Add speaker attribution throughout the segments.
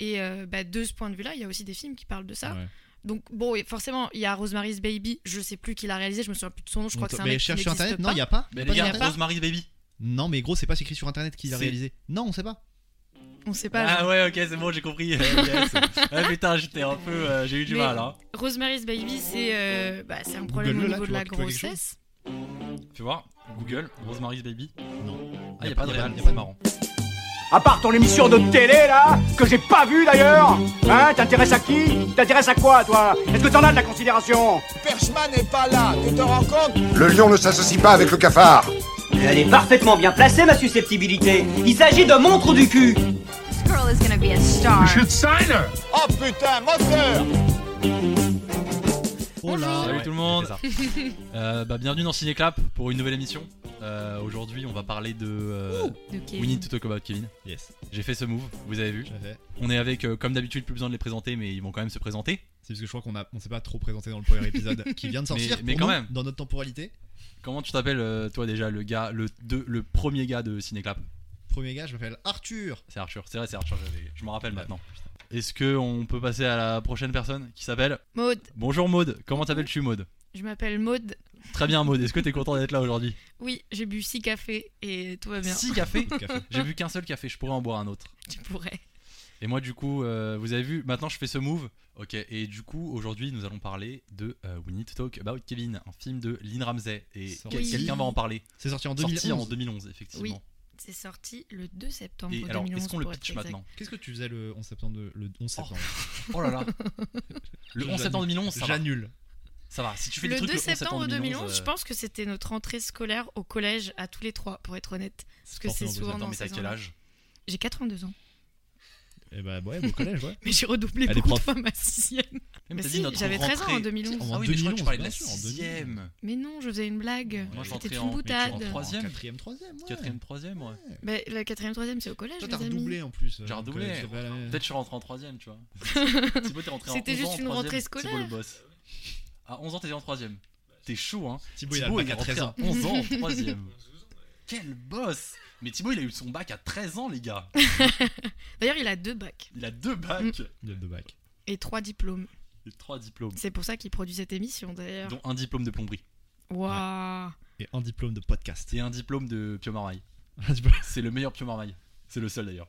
Speaker 1: Et euh, bah, de ce point de vue-là, il y a aussi des films qui parlent de ça.
Speaker 2: Ouais.
Speaker 1: Donc bon, et forcément, il y a Rosemary's Baby, je sais plus qui l'a réalisé, je me souviens plus de son nom, je crois que c'est un
Speaker 3: mais
Speaker 1: mec
Speaker 3: cherche
Speaker 1: qui
Speaker 3: sur internet,
Speaker 1: n'existe
Speaker 3: non, il
Speaker 1: pas.
Speaker 3: y a pas. Y a
Speaker 2: Mais
Speaker 3: pas
Speaker 2: les gars,
Speaker 3: d'internet
Speaker 1: internet.
Speaker 2: Rosemary's Baby.
Speaker 3: Non, mais gros, c'est pas écrit sur internet qui l'a
Speaker 2: C'est-
Speaker 3: réalisé. Non, on sait pas.
Speaker 1: On sait
Speaker 3: Bah
Speaker 1: pas.
Speaker 2: Ah ouais, ok, c'est bon, j'ai compris. Euh, yes. Ah putain, j'étais un peu. euh, j'ai eu du
Speaker 1: Mais-
Speaker 2: mal, hein.
Speaker 1: Rosemary's Baby, c'est euh, bah, c'est un problème
Speaker 3: Google-le,
Speaker 1: au
Speaker 3: là,
Speaker 1: niveau de
Speaker 3: tu
Speaker 1: la
Speaker 3: vois, tu vois quelque chose
Speaker 1: grossesse.
Speaker 2: Fais voir, Google, Rosemary's Baby.
Speaker 3: Non.
Speaker 2: Ah, y a pas de réel,
Speaker 3: y a
Speaker 2: c'est marrant.
Speaker 4: À part ton émission de télé là, que j'ai pas vue d'ailleurs Hein T'intéresses à qui T'intéresses à quoi toi Est-ce que t'en as de la considération
Speaker 5: Perchman n'est pas là, tu te rends compte
Speaker 6: Le lion ne s'associe pas avec le cafard.
Speaker 7: Elle est parfaitement bien placée, ma susceptibilité. Il s'agit de mon trou du cul.
Speaker 8: This girl is gonna be a star.
Speaker 5: Oh putain, moteur
Speaker 3: Oh là.
Speaker 2: Salut
Speaker 3: Ouais.
Speaker 2: tout le monde. Euh, bah, bienvenue dans Cinéclap pour une nouvelle émission. Euh, Aujourd'hui, on va parler de euh,
Speaker 1: De Kevin.
Speaker 2: We Need to Talk About Kevin.
Speaker 3: Yes,
Speaker 2: J'ai fait ce move, vous avez vu.
Speaker 3: tout à fait.
Speaker 2: On est avec, euh, comme d'habitude, plus besoin de les présenter, mais ils vont quand même se présenter.
Speaker 3: C'est parce que je crois qu'on a, on s'est pas trop présenté dans le premier épisode qui vient de sortir.
Speaker 2: Mais- mais
Speaker 3: pour
Speaker 2: quand
Speaker 3: nous,
Speaker 2: même.
Speaker 3: Dans notre temporalité.
Speaker 2: Comment tu t'appelles, euh, toi déjà, le gars, le, deux- le premier gars de Cinéclap
Speaker 3: Premier gars, je m'appelle Arthur.
Speaker 2: C'est Arthur, c'est vrai, c'est Arthur, j'avais- je m'en rappelle maintenant. Est-ce que on peut passer à la prochaine personne qui s'appelle
Speaker 1: Maud,
Speaker 2: Bonjour Maude, comment t'appelles-tu Maude
Speaker 1: je m'appelle Maud.
Speaker 2: Très bien Maude, est-ce que t'es content d'être là aujourd'hui
Speaker 1: Oui, j'ai bu 6 cafés et tout va bien.
Speaker 2: Six cafés
Speaker 3: Café.
Speaker 2: J'ai bu qu'un seul café, je pourrais en boire un autre.
Speaker 1: Tu pourrais.
Speaker 2: Et moi, du coup, euh, vous avez vu, maintenant je fais ce move. Ok, et du coup, aujourd'hui, nous allons parler de euh, We Need to Talk About Kevin, un film de Lynn Ramsey. Et
Speaker 3: Sorti-
Speaker 2: quel- quelqu'un va en parler.
Speaker 3: C'est sorti en
Speaker 2: Sorti
Speaker 3: 2011.
Speaker 2: en 2011, effectivement.
Speaker 1: C'est sorti le 2 septembre
Speaker 2: et
Speaker 1: 2011.
Speaker 2: alors, qu'est-ce qu'on le
Speaker 1: pour être
Speaker 2: pitch
Speaker 1: exact.
Speaker 2: maintenant
Speaker 3: Qu'est-ce que tu faisais le 11 septembre de- le 11 septembre
Speaker 2: Oh là là Le 11 septembre 2011, ça va.
Speaker 3: J'annule.
Speaker 2: Ça va, si tu fais des
Speaker 1: Le
Speaker 2: trucs
Speaker 1: 2
Speaker 2: le 11
Speaker 1: septembre 2011,
Speaker 2: euh,
Speaker 1: je pense que c'était notre entrée scolaire au collège à tous les trois, pour être honnête. Parce que c'est
Speaker 3: forcément
Speaker 1: souvent
Speaker 2: Attends,
Speaker 1: dans
Speaker 2: mais t'as
Speaker 1: ces
Speaker 2: quel
Speaker 1: ans-là.
Speaker 2: âge
Speaker 1: J'ai 82 ans,
Speaker 3: Et bah ouais, au collège, ouais.
Speaker 1: mais j'ai redoublé
Speaker 3: Elle est
Speaker 1: beaucoup de
Speaker 3: prof.
Speaker 1: fois ma sixième.
Speaker 2: Mais
Speaker 1: Bah
Speaker 2: t'as
Speaker 1: si,
Speaker 2: dit notre
Speaker 1: j'avais 13 ans en
Speaker 2: rentrée.
Speaker 1: 2011.
Speaker 2: Ah
Speaker 3: En
Speaker 2: oui, mais je crois que
Speaker 3: 2011,
Speaker 2: tu parlais de la
Speaker 3: bien sûr, en
Speaker 2: 6ème.
Speaker 1: Mais non, je faisais une blague.
Speaker 3: Moi,
Speaker 1: C'était
Speaker 3: je
Speaker 2: rentrais
Speaker 1: une
Speaker 2: en- mais tu
Speaker 1: boutade.
Speaker 2: rentrais en- Troisième.
Speaker 3: En Quatrième, troisième, ouais.
Speaker 2: 4ème, 3ème, ouais.
Speaker 1: Bah, la quatrième, troisième, c'est au collège.
Speaker 3: Toi,
Speaker 1: les
Speaker 3: t'as
Speaker 1: amis.
Speaker 3: redoublé en plus.
Speaker 2: J'ai
Speaker 3: euh,
Speaker 2: redoublé.
Speaker 3: collège, c'est pas la même.
Speaker 2: Peut-être je suis rentré en 3ème, tu vois. Thibaut, t'es rentré en
Speaker 1: C'était
Speaker 2: 11 ans
Speaker 1: juste
Speaker 2: en
Speaker 1: une
Speaker 2: troisième,
Speaker 1: rentrée
Speaker 2: Thibaut
Speaker 1: scolaire.
Speaker 2: le boss. À 11 ans, t'étais en 3ème. T'es chaud, hein.
Speaker 3: Thibaut, il a le
Speaker 2: Thibaut,
Speaker 3: bac
Speaker 2: il est
Speaker 3: à 13
Speaker 2: rentré
Speaker 3: ans.
Speaker 2: à 11 ans en 3ème. Quel boss Mais Thibaut, il a eu son bac à 13 ans, les gars.
Speaker 1: D'ailleurs, il a deux bacs
Speaker 2: Il a deux bacs
Speaker 3: Il a deux bacs.
Speaker 1: et trois diplômes.
Speaker 2: et trois diplômes,
Speaker 1: C'est pour ça qu'il produit cette émission, d'ailleurs.
Speaker 2: dont un diplôme de plomberie
Speaker 1: Waouh
Speaker 3: Et un diplôme de podcast.
Speaker 2: et un diplôme de Pio Marmaille.
Speaker 3: Un diplôme-
Speaker 2: C'est le meilleur Pio Marmaille. C'est le seul d'ailleurs.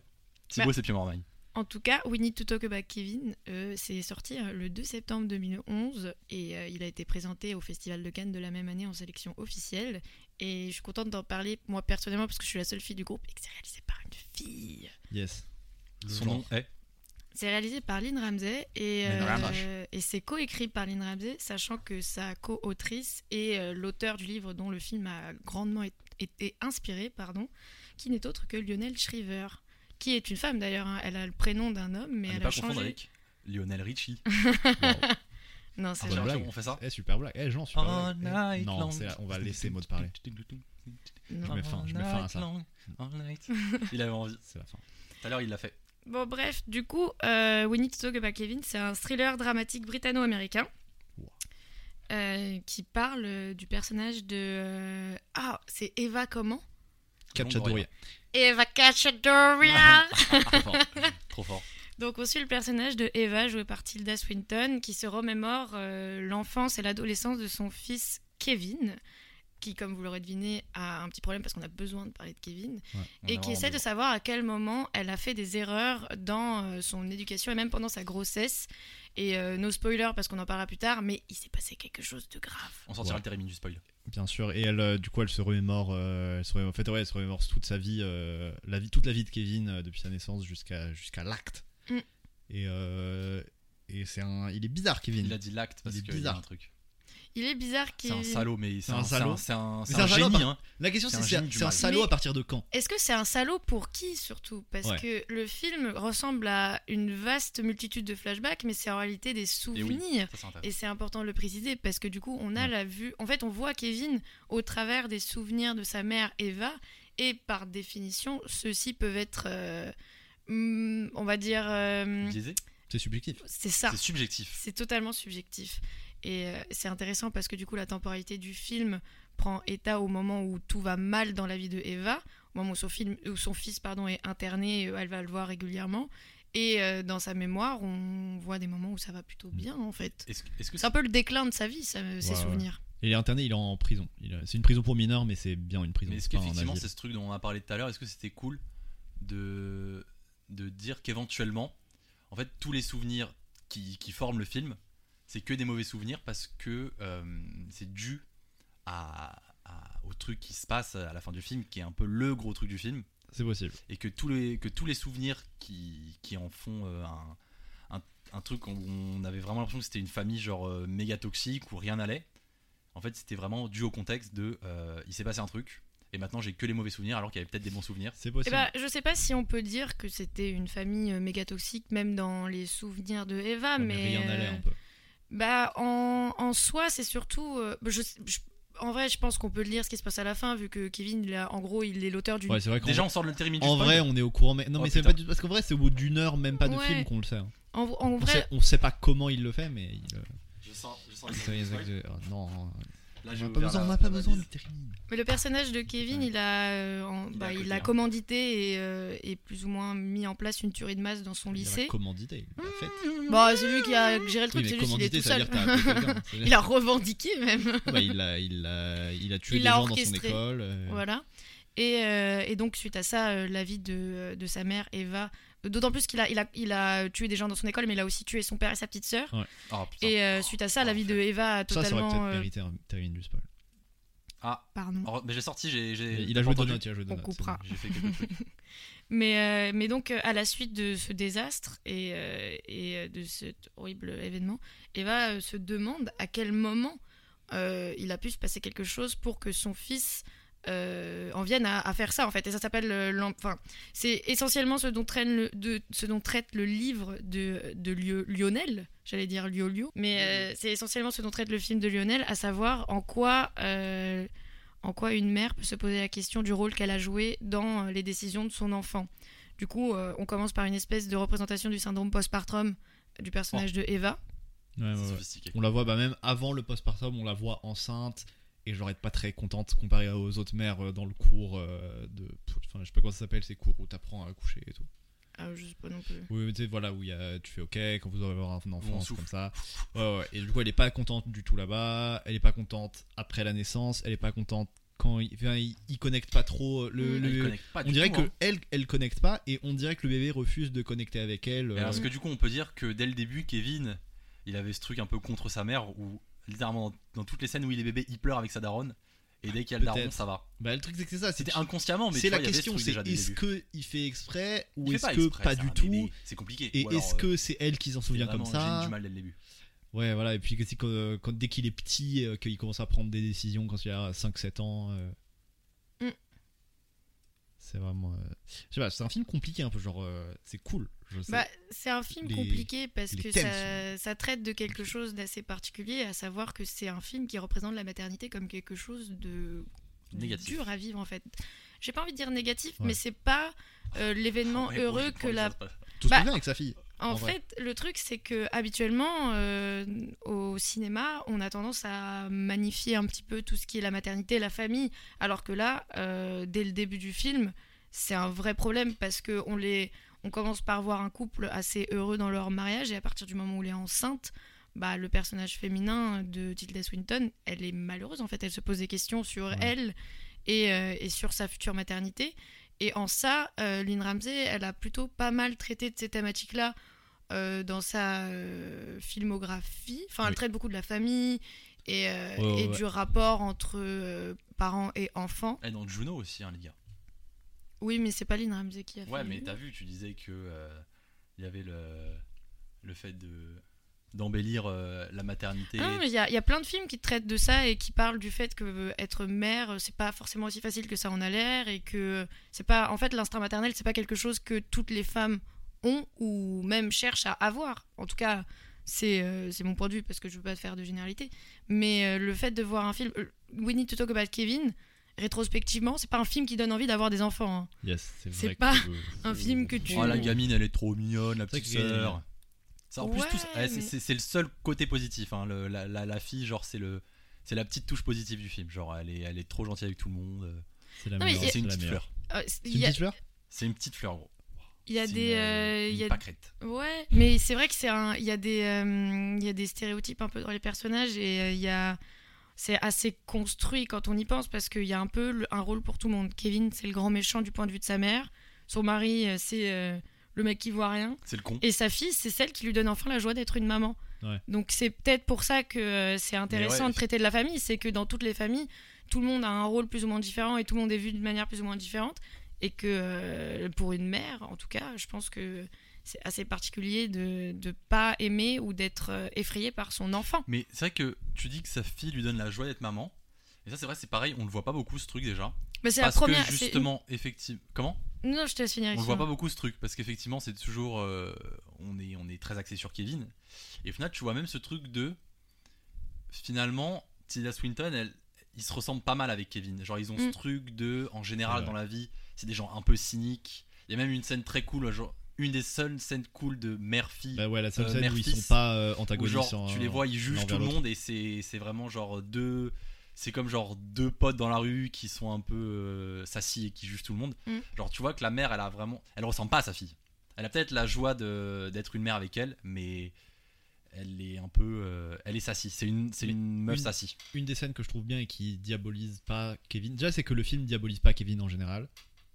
Speaker 2: Thibaut,
Speaker 1: Bah.
Speaker 2: c'est Pio Marmaille.
Speaker 1: En tout cas, We Need to Talk About Kevin, euh, c'est sorti euh, le 2 septembre 2011 et euh, il a été présenté au Festival de Cannes de la même année en sélection officielle. Et je suis contente d'en parler moi personnellement parce que je suis la seule fille du groupe et que c'est réalisé par une fille.
Speaker 3: Yes. Le
Speaker 2: Son
Speaker 3: genre.
Speaker 2: nom est.
Speaker 1: C'est réalisé par Lynn Ramsey et,
Speaker 3: Mais non, la
Speaker 1: euh,
Speaker 3: vache.
Speaker 1: et c'est coécrit par Lynn Ramsey, sachant que sa co-autrice est euh, l'auteur du livre dont le film a grandement é- été inspiré, pardon, qui n'est autre que Lionel Shriver, qui est une femme d'ailleurs. hein. Elle a le prénom d'un homme, mais
Speaker 2: à ne
Speaker 1: elle
Speaker 2: pas
Speaker 1: a
Speaker 2: confondre
Speaker 1: changé.
Speaker 2: avec Lionel Richie.
Speaker 1: Non, c'est genre-
Speaker 3: Ah, bonne blague.
Speaker 2: on fait ça
Speaker 3: Eh, super blague. Eh, Jean, super
Speaker 2: All
Speaker 3: blague. Eh,
Speaker 2: night
Speaker 3: Non,
Speaker 2: long.
Speaker 3: c'est là, on va laisser Maud parler.
Speaker 1: non.
Speaker 3: Je mets fin, je mets fin à ça.
Speaker 2: All night long, all night. Il avait envie.
Speaker 3: C'est la fin.
Speaker 2: Tout à l'heure, il l'a fait.
Speaker 1: Bon, bref, du coup, euh, We Need to Talk About Kevin, c'est un thriller dramatique britanno-américain
Speaker 3: Wow.
Speaker 1: euh, qui parle euh, du personnage de. euh, Ah, c'est Eva comment
Speaker 3: Capchadoria.
Speaker 1: Eva Cachadorian
Speaker 2: Trop fort. Trop fort.
Speaker 1: Donc, on suit le personnage de Eva, jouée par Tilda Swinton, qui se remémore euh, l'enfance et l'adolescence de son fils Kevin, qui, comme vous l'aurez deviné, a un petit problème parce qu'on a besoin de parler de Kevin.
Speaker 2: On
Speaker 1: et
Speaker 2: a
Speaker 1: qui
Speaker 2: vraiment
Speaker 1: essaie de
Speaker 2: besoin.
Speaker 1: savoir à quel moment elle a fait des erreurs dans euh, son éducation et même pendant sa grossesse. Et euh, no spoiler parce qu'on en parlera plus tard, mais il s'est passé quelque chose de grave.
Speaker 2: On sortira
Speaker 3: Ouais.
Speaker 2: le termine du spoil.
Speaker 3: Bien sûr, et elle, euh, du coup, elle se remémore, euh, elle se remémore- en fait, ouais, elle se remémore toute sa vie, euh, la vie, toute la vie de Kevin euh, depuis sa naissance jusqu'à jusqu'à l'acte.
Speaker 1: Mm.
Speaker 3: Et euh, et c'est un, il est bizarre Kevin.
Speaker 2: Il a dit l'acte parce
Speaker 3: est
Speaker 2: qu'il y a
Speaker 3: bizarre.
Speaker 2: un truc.
Speaker 1: Il est bizarre qu'il.
Speaker 2: C'est un salaud, mais c'est
Speaker 3: un
Speaker 2: un
Speaker 3: salaud.
Speaker 2: C'est un, c'est
Speaker 3: Mais
Speaker 2: un
Speaker 3: c'est un
Speaker 2: génie.
Speaker 3: salaud,
Speaker 2: hein.
Speaker 3: La question c'est
Speaker 2: C'est un
Speaker 3: c'est
Speaker 2: génie
Speaker 3: un,
Speaker 2: du
Speaker 3: c'est un
Speaker 2: mal.
Speaker 3: salaud
Speaker 1: Mais-
Speaker 3: à partir de quand
Speaker 1: Est-ce que c'est un salaud pour qui surtout Parce
Speaker 3: Ouais.
Speaker 1: que le film ressemble à une vaste multitude de flashbacks, mais c'est en réalité des souvenirs.
Speaker 2: Ça, c'est intéressant.
Speaker 1: Et c'est important de le préciser parce que du coup, on a
Speaker 3: Ouais.
Speaker 1: la vue. En fait, on voit Kevin au travers des souvenirs de sa mère Eva, et par définition, ceux-ci peuvent être, euh, hmm, on va dire, euh,
Speaker 2: Biaisé
Speaker 3: C'est subjectif.
Speaker 1: c'est ça.
Speaker 2: C'est subjectif.
Speaker 1: C'est totalement subjectif. Et euh, c'est intéressant parce que du coup, la temporalité du film prend état au moment où tout va mal dans la vie de Eva, au moment où son, film, où son fils pardon, est interné, euh, elle va le voir régulièrement. Et euh, dans sa mémoire, on voit des moments où ça va plutôt bien, en fait.
Speaker 2: Est-ce que- est-ce que
Speaker 1: C'est un peu le déclin de sa vie, ça, ses
Speaker 3: ouais. Bah,
Speaker 1: souvenirs.
Speaker 3: Il est interné, il est en prison. Il est- C'est une prison pour mineurs, mais c'est bien une prison.
Speaker 2: Mais est-ce
Speaker 3: c'est pas un
Speaker 2: qu'effectivement,
Speaker 3: asile.
Speaker 2: c'est ce truc dont on a parlé tout à l'heure, est-ce que c'était cool de, de dire qu'éventuellement, en fait, tous les souvenirs qui, qui forment le film, c'est que des mauvais souvenirs parce que euh, c'est dû à, à- au truc qui se passe à la fin du film, qui est un peu le gros truc du film,
Speaker 3: C'est possible.
Speaker 2: et que tous les, que tous les souvenirs qui, qui en font euh, un, un- un truc où on avait vraiment l'impression que c'était une famille genre euh, méga toxique où rien n'allait. En fait, c'était vraiment dû au contexte de euh, il s'est passé un truc et maintenant j'ai que les mauvais souvenirs alors qu'il y avait peut-être des bons souvenirs.
Speaker 3: C'est
Speaker 1: Eh
Speaker 3: possible.
Speaker 1: ben, je sais pas si on peut dire que c'était une famille euh, méga toxique, même dans les souvenirs de Eva,
Speaker 3: Ouais,
Speaker 1: ah, mais. euh,
Speaker 3: rien n'allait un peu.
Speaker 1: Bah, en, en soi, c'est surtout. euh, je- je- en vrai, je pense qu'on peut lire ce qui se passe à la fin, vu que Kevin, il a- en gros, il est l'auteur d'une.
Speaker 3: Ouais, c'est vrai qu'en
Speaker 2: Déjà, on sort de le termine du
Speaker 3: en
Speaker 2: spoil.
Speaker 3: vrai, on est au courant. Mais non,
Speaker 2: Oh,
Speaker 3: mais c'est
Speaker 2: putain.
Speaker 3: pas du- parce qu'en vrai, c'est au bout d'une heure, même pas de
Speaker 1: Ouais.
Speaker 3: film qu'on le sait. hein.
Speaker 1: En, en
Speaker 3: On, sait.
Speaker 1: vrai,
Speaker 3: on sait pas comment il le fait, mais. Il, euh,
Speaker 2: Je sens, je sens
Speaker 3: il
Speaker 2: les
Speaker 3: sait
Speaker 2: spoils.
Speaker 3: exact- euh, non,
Speaker 2: Là,
Speaker 3: on
Speaker 2: j'ai
Speaker 3: n'a pas
Speaker 2: ouvert
Speaker 3: besoin,
Speaker 2: la-
Speaker 3: on n'a pas
Speaker 2: la
Speaker 3: besoin de
Speaker 2: valise.
Speaker 3: terminer.
Speaker 1: mais le personnage de Kevin, il a, euh, en-
Speaker 2: Il a
Speaker 1: bah,
Speaker 2: un
Speaker 1: il
Speaker 2: côté,
Speaker 1: a
Speaker 2: hein.
Speaker 1: commandité et, euh, et plus ou moins mis en place une tuerie de masse dans son
Speaker 3: Il
Speaker 1: lycée. Mmh,
Speaker 3: a commandité, il l'a fait.
Speaker 1: Bon, c'est lui qui a géré le truc,
Speaker 3: Oui,
Speaker 1: c'est juste qu'il
Speaker 3: mais
Speaker 1: est
Speaker 3: commandité,
Speaker 1: tout
Speaker 3: ça veut
Speaker 1: seul.
Speaker 3: dire que t'as appelé quelqu'un. Ça veut
Speaker 1: il a revendiqué même.
Speaker 3: dire- Ouais, il a, il a, il a tué
Speaker 1: Il
Speaker 3: des
Speaker 1: l'a
Speaker 3: gens dans son
Speaker 1: orchestré.
Speaker 3: école. euh,
Speaker 1: Voilà. Et, euh, et donc, suite à ça, euh, la vie de, de sa mère, Eva. D'autant plus qu'il a, il a, il a tué des gens dans son école, mais il a aussi tué son père et sa petite sœur.
Speaker 2: Oh, putain.
Speaker 1: Et euh, suite à ça, la vie de Eva a
Speaker 3: Ça, ça aurait
Speaker 1: totalement.
Speaker 3: peut-être
Speaker 1: euh,
Speaker 3: mérité un termine du spoil.
Speaker 2: Ah,
Speaker 1: pardon.
Speaker 2: oh, mais j'ai sorti, j'ai. j'ai-
Speaker 3: Il a
Speaker 2: pas
Speaker 3: joué
Speaker 2: entendu.
Speaker 3: Donut, il a joué Donut.
Speaker 1: coupera.
Speaker 2: J'ai fait quelques trucs.
Speaker 1: Mais, euh, mais donc, euh, à la suite de ce désastre et, euh, et euh, de cet horrible événement, Eva euh, se demande à quel moment euh, il a pu se passer quelque chose pour que son fils euh, en vienne à, à faire ça, en fait. Et ça s'appelle. euh, l'en- Enfin, c'est essentiellement ce dont, traîne le, de, ce dont traite le livre de, de Lio- Lionel, j'allais dire Liolio, mais euh, c'est essentiellement ce dont traite le film de Lionel, à savoir en quoi. euh, en quoi une mère peut se poser la question du rôle qu'elle a joué dans euh, les décisions de son enfant. Du coup, euh, on commence par une espèce de représentation du syndrome postpartum euh, du personnage de Eva.
Speaker 3: Ouais, Ah, ouais,
Speaker 2: C'est
Speaker 3: ouais.
Speaker 2: sophistiqué.
Speaker 3: On la voit bah, même avant le postpartum, on la voit enceinte et genre être pas très contente comparée aux autres mères euh, dans le cours euh, de. pff, Enfin, je sais pas comment ça s'appelle ces cours où t'apprends à coucher et tout.
Speaker 1: Ah, je sais pas non plus.
Speaker 3: Oui, mais tu sais, voilà, où il y a, tu fais OK, quand vous aurez avoir un
Speaker 2: Où on
Speaker 3: enfant, c'est
Speaker 2: souffle.
Speaker 3: comme ça. Ouais, ouais. Et du coup, elle est pas contente du tout là-bas, elle est pas contente après la naissance, elle est pas contente quand il, enfin, il, il connecte pas trop euh, le.
Speaker 1: Mm.
Speaker 3: le-
Speaker 2: Mmh, Elle connecte pas
Speaker 3: on
Speaker 2: du
Speaker 3: dirait
Speaker 2: tout,
Speaker 3: que
Speaker 2: hein.
Speaker 3: elle, elle connecte pas et on dirait que le bébé refuse de connecter avec elle.
Speaker 2: Mais alors,
Speaker 3: euh,
Speaker 2: Parce que du coup, on peut dire que dès le début, Kevin, il avait ce truc un peu contre sa mère où, littéralement, dans, dans toutes les scènes où il est bébé, il pleure avec sa daronne. Et dès qu'il y a le
Speaker 3: Peut-être.
Speaker 2: daron, ça va.
Speaker 3: bah, le truc, c'est que c'est ça. c'est
Speaker 2: C'était
Speaker 3: que-
Speaker 2: inconsciemment, mais
Speaker 3: C'est
Speaker 2: tu vois,
Speaker 3: la
Speaker 2: il y avait ce
Speaker 3: question,
Speaker 2: truc
Speaker 3: c'est
Speaker 2: déjà dès le
Speaker 3: est-ce
Speaker 2: début.
Speaker 3: que il fait exprès
Speaker 2: Il
Speaker 3: ou
Speaker 2: fait
Speaker 3: est-ce que
Speaker 2: exprès,
Speaker 3: pas
Speaker 2: c'est
Speaker 3: du
Speaker 2: un
Speaker 3: tout
Speaker 2: bébé, C'est compliqué.
Speaker 3: Et
Speaker 2: Ou alors,
Speaker 3: est-ce
Speaker 2: euh,
Speaker 3: que c'est elle qui s'en souvient
Speaker 2: vraiment
Speaker 3: comme ça
Speaker 2: gêne du mal dès le début.
Speaker 3: Ouais, voilà. Et puis que c'est quand, euh, quand- dès qu'il est petit, euh, qu'il commence à prendre des décisions quand il a 5-7 ans. euh,
Speaker 1: Mm.
Speaker 3: C'est vraiment. euh, Je sais pas, c'est un film compliqué un peu. Genre, euh, c'est cool. Je sais.
Speaker 1: Bah, c'est un film
Speaker 3: les-
Speaker 1: compliqué parce
Speaker 3: les
Speaker 1: que
Speaker 3: thèmes
Speaker 1: ça, ça traite de quelque chose d'assez particulier, à savoir que c'est un film qui représente la maternité comme quelque chose de de
Speaker 2: Négatif.
Speaker 1: dur à vivre en fait. J'ai pas envie de dire négatif,
Speaker 3: Ouais.
Speaker 1: mais c'est pas euh, l'événement
Speaker 2: Oh, Ouais, bon,
Speaker 1: heureux
Speaker 2: j'ai pas
Speaker 1: que
Speaker 2: envie
Speaker 1: la
Speaker 2: de faire ça.
Speaker 3: Tout se
Speaker 1: bah-
Speaker 3: passe bien avec sa fille.
Speaker 1: En,
Speaker 3: En vrai.
Speaker 1: fait, le truc, c'est que habituellement, euh, au cinéma, on a tendance à magnifier un petit peu tout ce qui est la maternité, la famille, alors que là, euh, dès le début du film, c'est un vrai problème parce que on les, on commence par voir un couple assez heureux dans leur mariage et à partir du moment où elle est enceinte, bah, le personnage féminin de Tilda Swinton, elle est malheureuse en fait, elle se pose des questions sur
Speaker 3: Ouais.
Speaker 1: elle et, euh, et sur sa future maternité. Et en ça, euh, Lynn Ramsey, elle a plutôt pas mal traité de ces thématiques-là euh, dans sa euh, filmographie. Enfin, elle
Speaker 3: Oui.
Speaker 1: traite beaucoup de la famille et, euh,
Speaker 3: Ouais, ouais,
Speaker 1: et
Speaker 3: ouais.
Speaker 1: du rapport entre euh, parents et enfants.
Speaker 2: Eh, dans Juno aussi, hein, les gars.
Speaker 1: Oui, mais c'est pas Lynn Ramsey qui a fait.
Speaker 2: Ouais,
Speaker 1: le
Speaker 2: mais
Speaker 1: livre.
Speaker 2: t'as vu, tu disais que euh, il y avait le le fait de d'embellir euh, la maternité.
Speaker 1: Ah non, mais il y, a- il y a plein de films qui traitent de ça et qui parlent du fait que euh, être mère, euh, c'est pas forcément aussi facile que ça en a l'air et que euh, c'est pas. En fait, l'instinct maternel, c'est pas quelque chose que toutes les femmes ont ou même cherchent à avoir. En tout cas, c'est euh, c'est mon point de vue parce que je veux pas faire de généralité. Mais euh, le fait de voir un film. euh, We Need to Talk About Kevin, rétrospectivement, c'est pas un film qui donne envie d'avoir des enfants. hein.
Speaker 3: Yes, c'est
Speaker 1: C'est
Speaker 3: vrai.
Speaker 1: pas
Speaker 3: que-
Speaker 1: un film que tu-
Speaker 2: Oh, la gamine, elle est trop mignonne, la
Speaker 3: C'est
Speaker 2: petite
Speaker 3: vrai que-
Speaker 2: sœur. Ça, en plus,
Speaker 1: Ouais,
Speaker 2: tout ça- ouais, c'est-
Speaker 1: mais-
Speaker 2: c'est c'est le seul côté positif. hein, le- la, la- la fille, genre, c'est le. C'est la petite touche positive du film, genre elle est, elle est trop gentille avec tout le monde. euh.
Speaker 3: C'est la
Speaker 1: Non, mais
Speaker 3: meilleure.
Speaker 1: il y a-
Speaker 2: C'est une
Speaker 3: la
Speaker 2: petite
Speaker 3: meilleure.
Speaker 2: fleur.
Speaker 1: Euh,
Speaker 3: C'est
Speaker 1: il
Speaker 3: une
Speaker 1: y a-
Speaker 3: petite fleur
Speaker 2: C'est une petite fleur gros.
Speaker 1: Il y a
Speaker 2: C'est
Speaker 1: des.
Speaker 2: une,
Speaker 1: euh, il y
Speaker 2: une
Speaker 1: a-
Speaker 2: pâquerette.
Speaker 1: Ouais, mais c'est vrai que c'est un. Il y a des. euh, il y a des stéréotypes un peu dans les personnages et euh, il y a. C'est assez construit quand on y pense parce qu'il y a un peu le- un rôle pour tout le monde. Kevin, c'est le grand méchant du point de vue de sa mère. Son mari, euh, c'est euh, le mec qui voit rien.
Speaker 2: C'est le con.
Speaker 1: Et sa fille, c'est celle qui lui donne enfin la joie d'être une maman.
Speaker 3: Ouais.
Speaker 1: Donc c'est peut-être pour ça que euh, c'est intéressant
Speaker 2: ouais,
Speaker 1: de traiter de la famille, c'est que dans toutes les familles, tout le monde a un rôle plus ou moins différent et tout le monde est vu d'une manière plus ou moins différente. Et que euh, pour une mère, en tout cas, je pense que c'est assez particulier de ne pas aimer ou d'être euh, effrayé par son enfant.
Speaker 2: Mais c'est vrai que tu dis que sa fille lui donne la joie d'être maman. Et ça, c'est vrai, c'est pareil, on le voit pas beaucoup ce truc déjà.
Speaker 1: Mais c'est la
Speaker 2: Parce
Speaker 1: première.
Speaker 2: que
Speaker 1: c'est une-
Speaker 2: justement, effectivement. Comment
Speaker 1: Non, je te laisse finir. hein.
Speaker 2: On le voit
Speaker 1: excuse-moi.
Speaker 2: pas beaucoup ce truc parce qu'effectivement c'est toujours euh, on est on est très axé sur Kevin et au final tu vois même ce truc de finalement Tilda Swinton elle ils se ressemblent pas mal avec Kevin genre ils ont ce
Speaker 1: Mm.
Speaker 2: truc de en général
Speaker 3: Ouais.
Speaker 2: dans la vie c'est des gens un peu cyniques il y a même une scène très cool genre une des seules scènes cool de mère fille
Speaker 3: Bah ouais, la seule
Speaker 2: Euh,
Speaker 3: scène où ils
Speaker 2: mère-fils.
Speaker 3: sont pas euh,
Speaker 2: où
Speaker 3: antagonistes.
Speaker 2: genre
Speaker 3: en-
Speaker 2: tu les vois ils
Speaker 3: l'un
Speaker 2: jugent tout
Speaker 3: vers
Speaker 2: le
Speaker 3: l'autre.
Speaker 2: monde et c'est c'est vraiment genre deux c'est comme genre deux potes dans la rue qui sont un peu euh, sassy et qui jugent tout le monde
Speaker 1: Mm.
Speaker 2: genre tu vois que la mère elle a vraiment elle ressemble pas à sa fille elle a peut-être la joie de d'être une mère avec elle mais elle est un peu euh, elle est sassy c'est une c'est
Speaker 3: Mais
Speaker 2: une meuf
Speaker 3: une-
Speaker 2: sassy
Speaker 3: Une des scènes que je trouve bien et qui diabolise pas Kevin. Déjà, c'est que le film diabolise pas Kevin en général.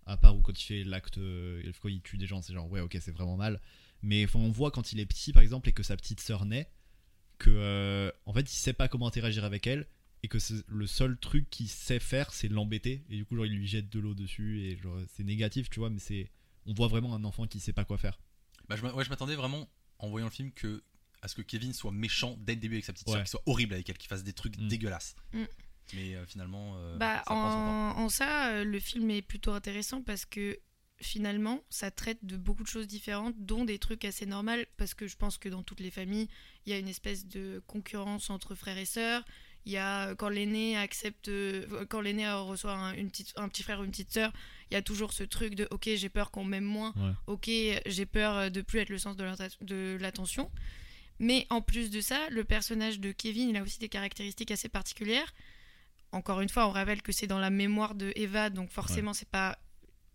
Speaker 3: À part où quand il fait l'acte, euh, quand il tue des gens, c'est genre ouais, ok, c'est vraiment mal. Mais enfin, on voit quand il est petit, par exemple, et que sa petite sœur naît, que euh, en fait, il sait pas comment interagir avec elle. Et que c'est- le seul truc qu'il sait faire, c'est l'embêter. Et du coup, genre, il lui jette de l'eau dessus. Et genre, c'est négatif, tu vois, mais c'est. On voit vraiment un enfant qui sait pas quoi faire.
Speaker 2: Bah, je m'a- ouais, je m'attendais vraiment en voyant le film que à ce que Kevin soit méchant dès le début avec sa petite sœur
Speaker 3: Ouais.
Speaker 2: qu'il soit horrible avec elle qu'il fasse des trucs
Speaker 3: Mm.
Speaker 2: dégueulasses
Speaker 1: Mm.
Speaker 2: mais euh, finalement euh,
Speaker 1: Bah,
Speaker 2: ça prend son temps.
Speaker 1: en, en ça, euh, le film est plutôt intéressant parce que finalement, ça traite de beaucoup de choses différentes, dont des trucs assez normaux, parce que je pense que dans toutes les familles, il y a une espèce de concurrence entre frères et sœurs. Il y a euh, quand l'aîné accepte, euh, quand l'aîné euh, reçoit un, une petite, un petit frère ou une petite sœur, il y a toujours ce truc de ok, j'ai peur qu'on m'aime moins,
Speaker 3: Ouais.
Speaker 1: ok, j'ai peur euh, de plus être le sens de l'inten- de l'attention. Mais en plus de ça, le personnage de Kevin, il a aussi des caractéristiques assez particulières. Encore une fois, on rappelle que c'est dans la mémoire de Eva, donc forcément, c'est pas.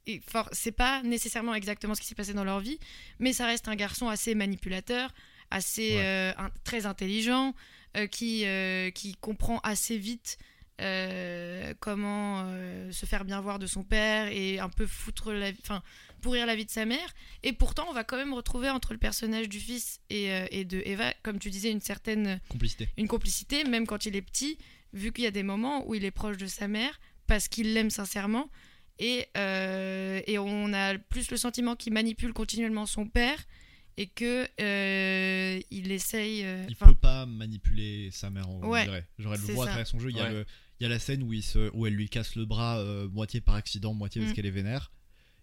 Speaker 1: et for- C'est pas nécessairement exactement ce qui s'est passé dans leur vie, mais ça reste un garçon assez manipulateur, assez
Speaker 3: Ouais.
Speaker 1: euh, in- très intelligent, euh, qui, euh, qui comprend assez vite euh, comment euh, se faire bien voir de son père et un peu foutre la, enfin pourrir la vie de sa mère. Et pourtant, on va quand même retrouver entre le personnage du fils et, euh, et de Eva, comme tu disais, une certaine
Speaker 3: Complicité.
Speaker 1: une complicité, même quand il est petit, vu qu'il y a des moments où il est proche de sa mère parce qu'il l'aime sincèrement. Et, euh, et on a plus le sentiment qu'il manipule continuellement son père et que euh, il essaye. euh,
Speaker 3: il
Speaker 1: enfin,
Speaker 3: peut pas manipuler sa mère en
Speaker 1: Ouais,
Speaker 3: dirait. Genre elle le
Speaker 1: c'est
Speaker 3: voit à
Speaker 1: ça.
Speaker 3: travers son jeu. Il y a
Speaker 2: Ouais.
Speaker 3: le- il y a la scène où il se, où elle lui casse le bras euh, moitié par accident, moitié
Speaker 1: Mm.
Speaker 3: parce qu'elle est vénère.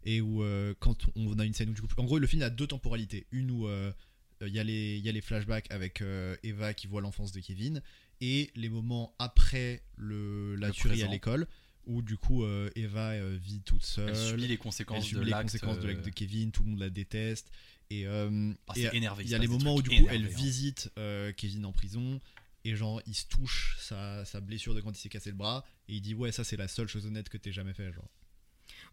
Speaker 3: Et où euh, quand on a une scène où du coup, en gros le film a deux temporalités. Une où euh, il y a les il y a les flashbacks avec euh, Eva qui voit l'enfance de Kevin et les moments après le la
Speaker 2: Le
Speaker 3: tuerie
Speaker 2: présent.
Speaker 3: à l'école où du coup euh, Eva euh, vit toute seule.
Speaker 2: elle subit les
Speaker 3: Elle
Speaker 2: conséquences
Speaker 3: subit
Speaker 2: de
Speaker 3: les
Speaker 2: l'acte,
Speaker 3: conséquences de l'acte de
Speaker 2: euh,
Speaker 3: Kevin, tout le monde la déteste. Et, euh,
Speaker 2: ah,
Speaker 3: et-
Speaker 2: c'est énervé
Speaker 3: il
Speaker 2: se
Speaker 3: y a les
Speaker 2: passe des
Speaker 3: moments où
Speaker 2: trucs
Speaker 3: du coup elle
Speaker 2: énervés, hein.
Speaker 3: visite euh, Kevin en prison et genre il se touche sa, sa blessure de quand il s'est cassé le bras et il dit ouais ça c'est la seule chose honnête que t'aies jamais fait genre.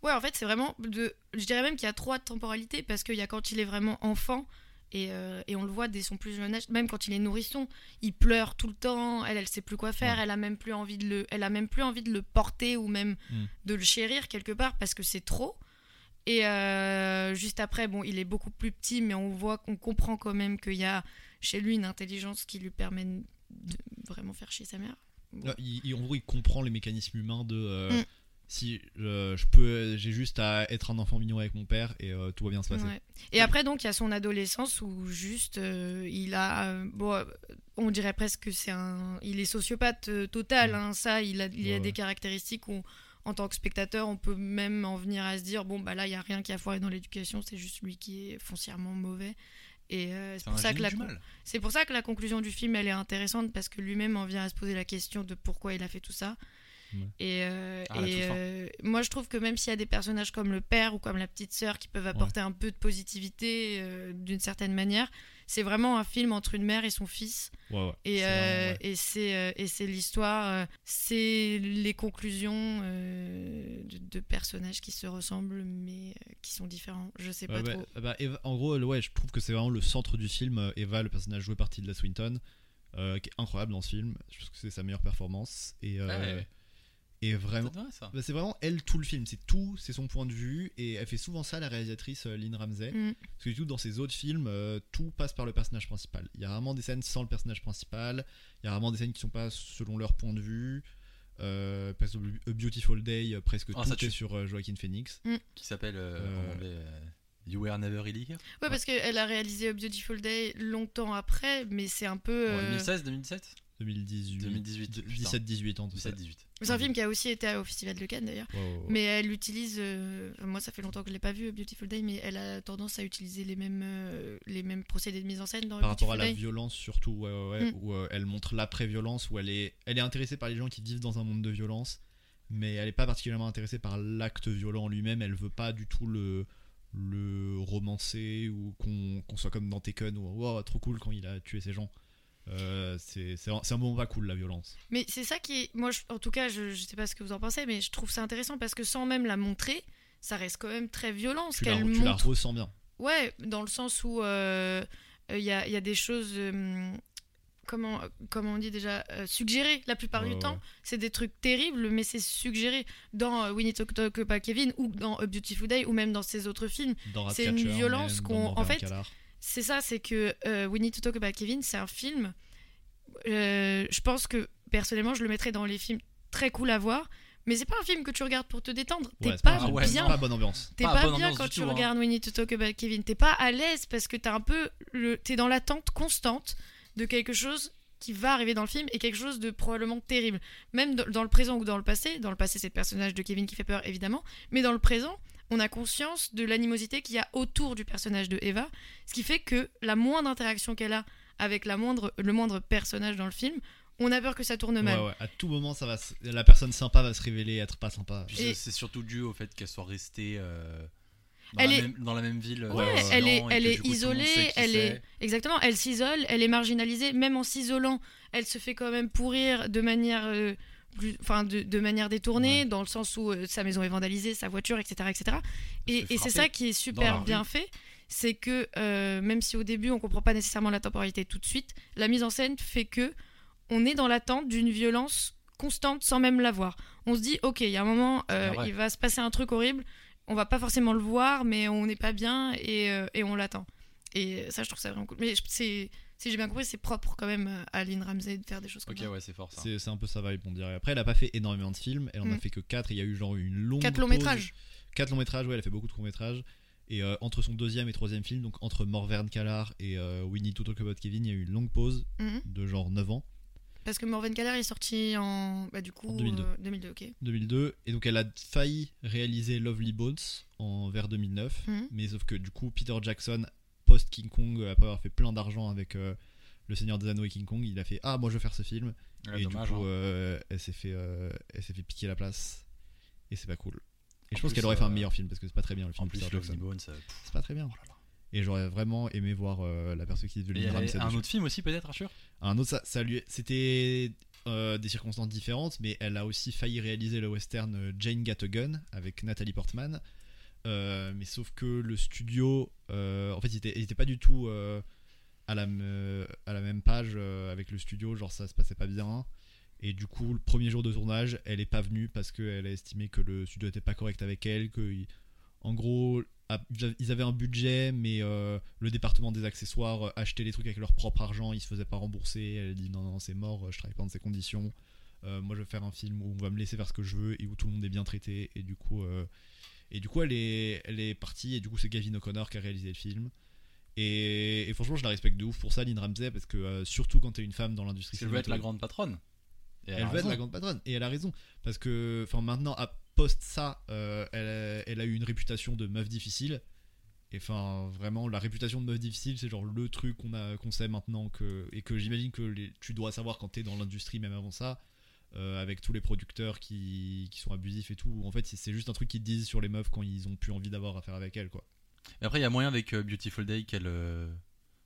Speaker 1: Ouais, en fait, c'est vraiment. De... Je dirais même qu'il y a trois temporalités parce qu'il y a quand il est vraiment enfant. Et, euh, et on le voit dès son plus jeune âge, même quand il est nourrisson, il pleure tout le temps. Elle, elle sait plus quoi faire.
Speaker 3: Ouais.
Speaker 1: Elle a même plus envie de le, elle a même plus envie de le porter ou même
Speaker 3: Mm.
Speaker 1: de le chérir quelque part parce que c'est trop. Et euh, juste après, bon, il est beaucoup plus petit, mais on voit qu'on comprend quand même qu'il y a chez lui une intelligence qui lui permet de vraiment faire chier sa mère. Bon.
Speaker 3: Euh, Il, il- en gros il comprend les mécanismes humains de euh,
Speaker 1: Mm.
Speaker 3: si euh, je peux j'ai juste à être un enfant mignon avec mon père et euh, tout va bien se passer.
Speaker 1: Ouais. Et après, donc, il y a son adolescence où juste euh, il a. euh, bon, euh, on dirait presque que c'est un. Il est sociopathe euh, total,
Speaker 3: Mm.
Speaker 1: hein, ça. Il a, il y a
Speaker 3: Ouais,
Speaker 1: des
Speaker 3: ouais.
Speaker 1: caractéristiques où, en tant que spectateur, on peut même en venir à se dire bon, bah là, il n'y a rien qui a foiré dans l'éducation, c'est juste lui qui est foncièrement mauvais. Et euh, c'est
Speaker 2: C'est un
Speaker 1: pour ça que
Speaker 2: génie
Speaker 1: la.
Speaker 2: du
Speaker 1: con-
Speaker 2: mal.
Speaker 1: C'est pour ça que la conclusion du film, elle est intéressante parce que lui-même en vient à se poser la question de pourquoi il a fait tout ça.
Speaker 3: Ouais.
Speaker 1: Et, euh,
Speaker 2: Ah, la
Speaker 1: et,
Speaker 2: toute fin.
Speaker 1: euh, moi, je trouve que même s'il y a des personnages comme le père ou comme la petite sœur qui peuvent apporter un peu de positivité euh, d'une certaine manière, c'est vraiment un film entre une mère et son fils.
Speaker 3: Ouais, ouais.
Speaker 1: Et
Speaker 3: C'est
Speaker 1: euh,
Speaker 3: vraiment- ouais.
Speaker 1: et c'est euh, et c'est l'histoire, euh, c'est les conclusions euh, de, de personnages qui se ressemblent mais euh, qui sont différents. Je sais pas
Speaker 3: Ouais,
Speaker 1: trop.
Speaker 3: bah, bah, Eva- en gros, le- ouais, je trouve que c'est vraiment le centre du film. Euh, Eva, le personnage joué par Tilda Swinton, euh, qui est incroyable dans ce film. Je pense que c'est sa meilleure performance. Et, euh,
Speaker 2: Ah Ouais.
Speaker 3: et vraiment.
Speaker 2: C'est vrai, ça.
Speaker 3: bah, c'est vraiment elle tout le film, c'est tout, c'est son point de vue, et elle fait souvent ça la réalisatrice euh, Lynn Ramsey.
Speaker 1: Mm.
Speaker 3: Parce que du coup, dans ses autres films, euh, tout passe par le personnage principal. Il y a rarement des scènes sans le personnage principal. Il y a rarement des scènes qui sont pas selon leur point de vue. Euh, parce que A Beautiful Day, euh, presque
Speaker 2: Ah,
Speaker 3: tout
Speaker 2: ça
Speaker 3: est
Speaker 2: tue.
Speaker 3: sur euh, Joaquin Phoenix.
Speaker 2: Qui s'appelle euh,
Speaker 3: Euh,
Speaker 2: en anglais, euh, You Were Never Really Here
Speaker 1: Ouais, parce qu'elle a réalisé A Beautiful Day longtemps après, mais c'est un peu.
Speaker 2: En
Speaker 1: euh,
Speaker 2: 2016, 2017
Speaker 3: 2018.
Speaker 2: 2018,
Speaker 3: de-
Speaker 2: putain.
Speaker 3: 17-18 ans, tout ça.
Speaker 2: 17-18.
Speaker 1: c'est un film qui a aussi été au Festival de Cannes d'ailleurs.
Speaker 3: Ouais, ouais, ouais.
Speaker 1: Mais elle utilise. euh, moi, ça fait longtemps que je l'ai pas vu, A Beautiful Day, mais elle a tendance à utiliser les mêmes, euh, les mêmes procédés de mise en scène dans A
Speaker 3: par rapport à
Speaker 1: Beautiful
Speaker 3: la
Speaker 1: Day.
Speaker 3: violence surtout ouais, ouais, ouais,
Speaker 1: Mm.
Speaker 3: où euh, elle montre l'après-violence où elle est elle est intéressée par les gens qui vivent dans un monde de violence mais elle est pas particulièrement intéressée par l'acte violent en lui-même elle veut pas du tout le le romancer ou qu'on qu'on soit comme dans Tekken ou wow, trop cool quand il a tué ces gens Euh, c'est c'est un, c'est un moment pas cool la violence
Speaker 1: Mais c'est ça qui est. Moi, je- en tout cas, je, je sais pas ce que vous en pensez, mais je trouve ça intéressant parce que sans même la montrer, ça reste quand même très violent ce
Speaker 3: tu, la,
Speaker 1: qu'elle
Speaker 3: tu la
Speaker 1: montre.
Speaker 3: ressens bien
Speaker 1: Ouais, dans le sens où euh, euh, il y, a, il y a des choses. euh, Comment, comment on dit déjà euh, suggérées la plupart
Speaker 3: Ouais,
Speaker 1: du
Speaker 3: ouais.
Speaker 1: temps c'est des trucs terribles mais c'est suggéré dans euh, We Need to Talk About Kevin ou dans A Beautiful Day ou même dans ses autres films
Speaker 3: dans
Speaker 1: C'est une
Speaker 3: Ratcatcher,
Speaker 1: violence
Speaker 3: même, dans
Speaker 1: qu'on- en
Speaker 3: Envers un
Speaker 1: fait,
Speaker 3: Canard.
Speaker 1: c'est ça, c'est que euh, We Need to Talk About Kevin, c'est un film. euh, je pense que personnellement, je le mettrais dans les films très cool à voir, mais c'est pas un film que tu regardes pour te détendre. T'es
Speaker 3: Ah Ouais, c'est
Speaker 1: pas,
Speaker 3: un-
Speaker 2: ouais,
Speaker 1: bien.
Speaker 3: c'est pas bonne ambiance
Speaker 1: T'es
Speaker 2: pas
Speaker 1: pas,
Speaker 2: bonne
Speaker 1: bien
Speaker 2: ambiance
Speaker 1: quand
Speaker 2: du
Speaker 1: tu
Speaker 2: tout, hein.
Speaker 1: regardes We Need to Talk About Kevin. T'es pas à l'aise parce que t'es un peu le, t'es dans l'attente constante de quelque chose qui va arriver dans le film et quelque chose de probablement terrible. Même dans, dans le présent ou dans le passé. Dans le passé, c'est le personnage de Kevin qui fait peur évidemment, mais dans le présent, on a conscience de l'animosité qu'il y a autour du personnage de Eva, ce qui fait que la moindre interaction qu'elle a avec la moindre, le moindre personnage dans le film, on a peur que ça tourne mal.
Speaker 3: Ouais, ouais, à tout moment ça va se- la personne sympa va se révéler être pas sympa
Speaker 2: Puis
Speaker 1: Et-
Speaker 2: c'est- c'est surtout dû au fait qu'elle soit restée euh, dans,
Speaker 1: Elle
Speaker 2: la
Speaker 1: est-
Speaker 2: même, dans la même ville. euh,
Speaker 1: Ouais,
Speaker 2: dans l'accident,
Speaker 1: elle
Speaker 2: et
Speaker 1: est,
Speaker 2: que
Speaker 1: elle
Speaker 2: du
Speaker 1: est
Speaker 2: coup, tout le monde sait
Speaker 1: isolée,
Speaker 2: qui
Speaker 1: elle est
Speaker 2: c'est.
Speaker 1: exactement, elle s'isole, elle est marginalisée, même en s'isolant, elle se fait quand même pourrir de manière, euh, plus- enfin de, de manière détournée, dans le sens où euh, sa maison est vandalisée, sa voiture, etc., etc.
Speaker 2: se
Speaker 1: Et,
Speaker 2: fait
Speaker 1: et c'est
Speaker 2: frapper
Speaker 1: ça qui est
Speaker 2: la
Speaker 1: super
Speaker 2: rue.
Speaker 1: bien fait, c'est que euh, même si au début on comprend pas nécessairement la temporalité tout de suite, la mise en scène fait que on est dans l'attente d'une violence constante sans même la voir. On se dit, ok, il y a un moment, euh,
Speaker 3: Ah
Speaker 2: vrai.
Speaker 1: il va se passer un truc horrible, on va pas forcément le voir, mais on n'est pas bien et, euh, et on l'attend. Et ça, je trouve ça vraiment cool. Mais je- c'est, si j'ai bien compris, c'est propre quand même à Lynn Ramsey de faire des choses comme
Speaker 2: Ok,
Speaker 1: ça.
Speaker 2: ouais, c'est fort ça.
Speaker 3: C'est c'est un peu sa vibe, on dirait. Après, elle a pas fait énormément de films, elle en a
Speaker 1: Mm.
Speaker 3: fait que 4, il y a eu genre une longue.
Speaker 1: Quatre longs
Speaker 3: pause.
Speaker 1: métrages.
Speaker 3: Quatre longs métrages, ouais, elle a fait beaucoup de courts métrages. Et euh, entre son deuxième et troisième film, donc entre Morvern Callar et euh, Winnie to Talk About Kevin, il y a eu une longue pause
Speaker 1: Mhm.
Speaker 3: de genre 9 ans,
Speaker 1: Parce que Morven Keller est sorti en, bah, du coup,
Speaker 3: En 2002.
Speaker 1: euh, 2002, ok.
Speaker 3: 2002. Et donc elle a failli réaliser Lovely Bones en vers 2009.
Speaker 1: Mhm.
Speaker 3: Mais sauf que du coup, Peter Jackson, post King Kong, après avoir fait plein d'argent avec euh, Le Seigneur des Anneaux et King Kong, il a fait Ah, moi je veux faire ce film.
Speaker 2: Ouais,
Speaker 3: et
Speaker 2: dommage.
Speaker 3: du coup,
Speaker 2: hein.
Speaker 3: euh, elle s'est fait, euh, elle s'est fait piquer la place. Et c'est pas cool. Et
Speaker 2: En
Speaker 3: je pense
Speaker 2: plus,
Speaker 3: qu'elle aurait fait un
Speaker 2: euh,
Speaker 3: meilleur film parce que c'est pas très bien le film.
Speaker 2: En plus,
Speaker 3: Peter
Speaker 2: Lovely
Speaker 3: Jackson.
Speaker 2: Bones. euh, pff.
Speaker 3: c'est pas très bien. Et j'aurais vraiment aimé voir euh, la perspective de
Speaker 2: Et il y
Speaker 3: Lynn
Speaker 2: avait
Speaker 3: Ramsey.
Speaker 2: un
Speaker 3: dessus.
Speaker 2: autre film aussi, peut-être, Arthur
Speaker 3: Un autre, ça, ça lui, c'était euh, des circonstances différentes, mais elle a aussi failli réaliser le western euh, Jane Got a Gun avec Nathalie Portman. Euh, mais sauf que le studio, euh, en fait, il était, il était pas du tout euh, à, la me- à la même page euh, avec le studio, genre ça se passait pas bien. Et du coup, le premier jour de tournage, elle est pas venue parce qu'elle a estimé que le studio était pas correct avec elle, que il- en gros, ah, ils avaient un budget, mais euh, le département des accessoires euh, achetait les trucs avec leur propre argent, ils se faisaient pas rembourser. Elle a dit non, non, c'est mort, euh, je travaille pas dans ces conditions. Euh, moi, je veux faire un film où on va me laisser faire ce que je veux et où tout le monde est bien traité. Et du coup, euh, et du coup elle, est, elle est partie. Et du coup, c'est Gavin O'Connor qui a réalisé le film. Et, et franchement, je la respecte de ouf pour ça, Lynn Ramsey, parce que euh, surtout quand t'es une femme dans l'industrie
Speaker 2: Parce qu'elle veut être la
Speaker 3: cinématographique-
Speaker 2: grande patronne. Et
Speaker 3: elle veut
Speaker 2: a
Speaker 3: être
Speaker 2: raison.
Speaker 3: la grande patronne et elle a raison parce que enfin maintenant à post ça euh, elle, elle a eu une réputation de meuf difficile et enfin vraiment la réputation de meuf difficile c'est genre le truc qu'on a qu'on sait maintenant que et que j'imagine que les- tu dois savoir quand t'es dans l'industrie même avant ça euh, avec tous les producteurs qui, qui sont abusifs et tout. où En fait, c'est- c'est juste un truc qu'ils disent sur les meufs quand ils ont plus envie d'avoir affaire avec elles, quoi.
Speaker 2: Mais après, il y a moyen avec euh, Beautiful Day qu'elle. euh,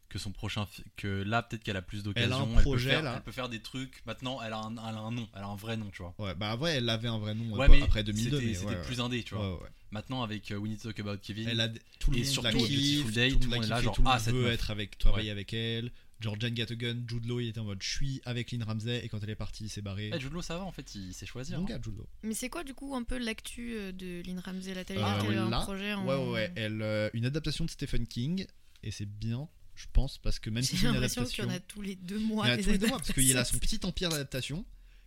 Speaker 2: que son prochain. fi- que là, peut-être qu'elle a plus d'occasions.
Speaker 3: Elle a un
Speaker 2: peut
Speaker 3: projet,
Speaker 2: faire-
Speaker 3: là.
Speaker 2: Elle peut faire des trucs. Maintenant, elle a un, elle a un nom. Elle a un vrai nom, tu vois.
Speaker 3: Ouais, bah ouais, elle avait un vrai nom
Speaker 2: Ouais,
Speaker 3: euh, pas-
Speaker 2: mais
Speaker 3: après 2002,
Speaker 2: c'était-
Speaker 3: mais
Speaker 2: C'était
Speaker 3: ouais, ouais.
Speaker 2: plus indé, tu vois.
Speaker 3: Ouais, ouais.
Speaker 2: Maintenant, avec euh, We Need to Talk About Kevin.
Speaker 3: Elle a d- tout le
Speaker 2: Et
Speaker 3: monde la
Speaker 2: surtout,
Speaker 3: kiffe,
Speaker 2: Beautiful Day,
Speaker 3: tout le monde
Speaker 2: est là,
Speaker 3: kiffe,
Speaker 2: genre,
Speaker 3: tout le
Speaker 2: ah,
Speaker 3: monde
Speaker 2: cette
Speaker 3: veut
Speaker 2: meuf.
Speaker 3: être avec, travailler avec elle. Genre Jane Gatogun, Jude Law, il était en mode je suis avec Lynn Ramsey et quand elle est partie, il s'est barré.
Speaker 1: Ah,
Speaker 2: Eh, Jude Law, ça va en fait, il sait choisir.
Speaker 3: Mon
Speaker 2: hein.
Speaker 3: gars, Jude Law.
Speaker 1: Mais c'est quoi du coup un peu l'actu euh, de Lynn Ramsey La télé
Speaker 3: Euh,
Speaker 1: qu'elle a
Speaker 3: là,
Speaker 1: un projet en...
Speaker 3: Ouais, ouais, ouais. Elle, euh, une adaptation de Stephen King et c'est bien, je pense, parce que même si
Speaker 1: J'ai
Speaker 3: c'est une
Speaker 1: l'impression
Speaker 3: adaptation.
Speaker 1: qu'il y en a tous les deux
Speaker 3: Il y en
Speaker 1: mois.
Speaker 3: a
Speaker 1: des
Speaker 3: tous les deux mois, parce qu'il a son
Speaker 1: adaptations.
Speaker 3: petit empire d'adaptation.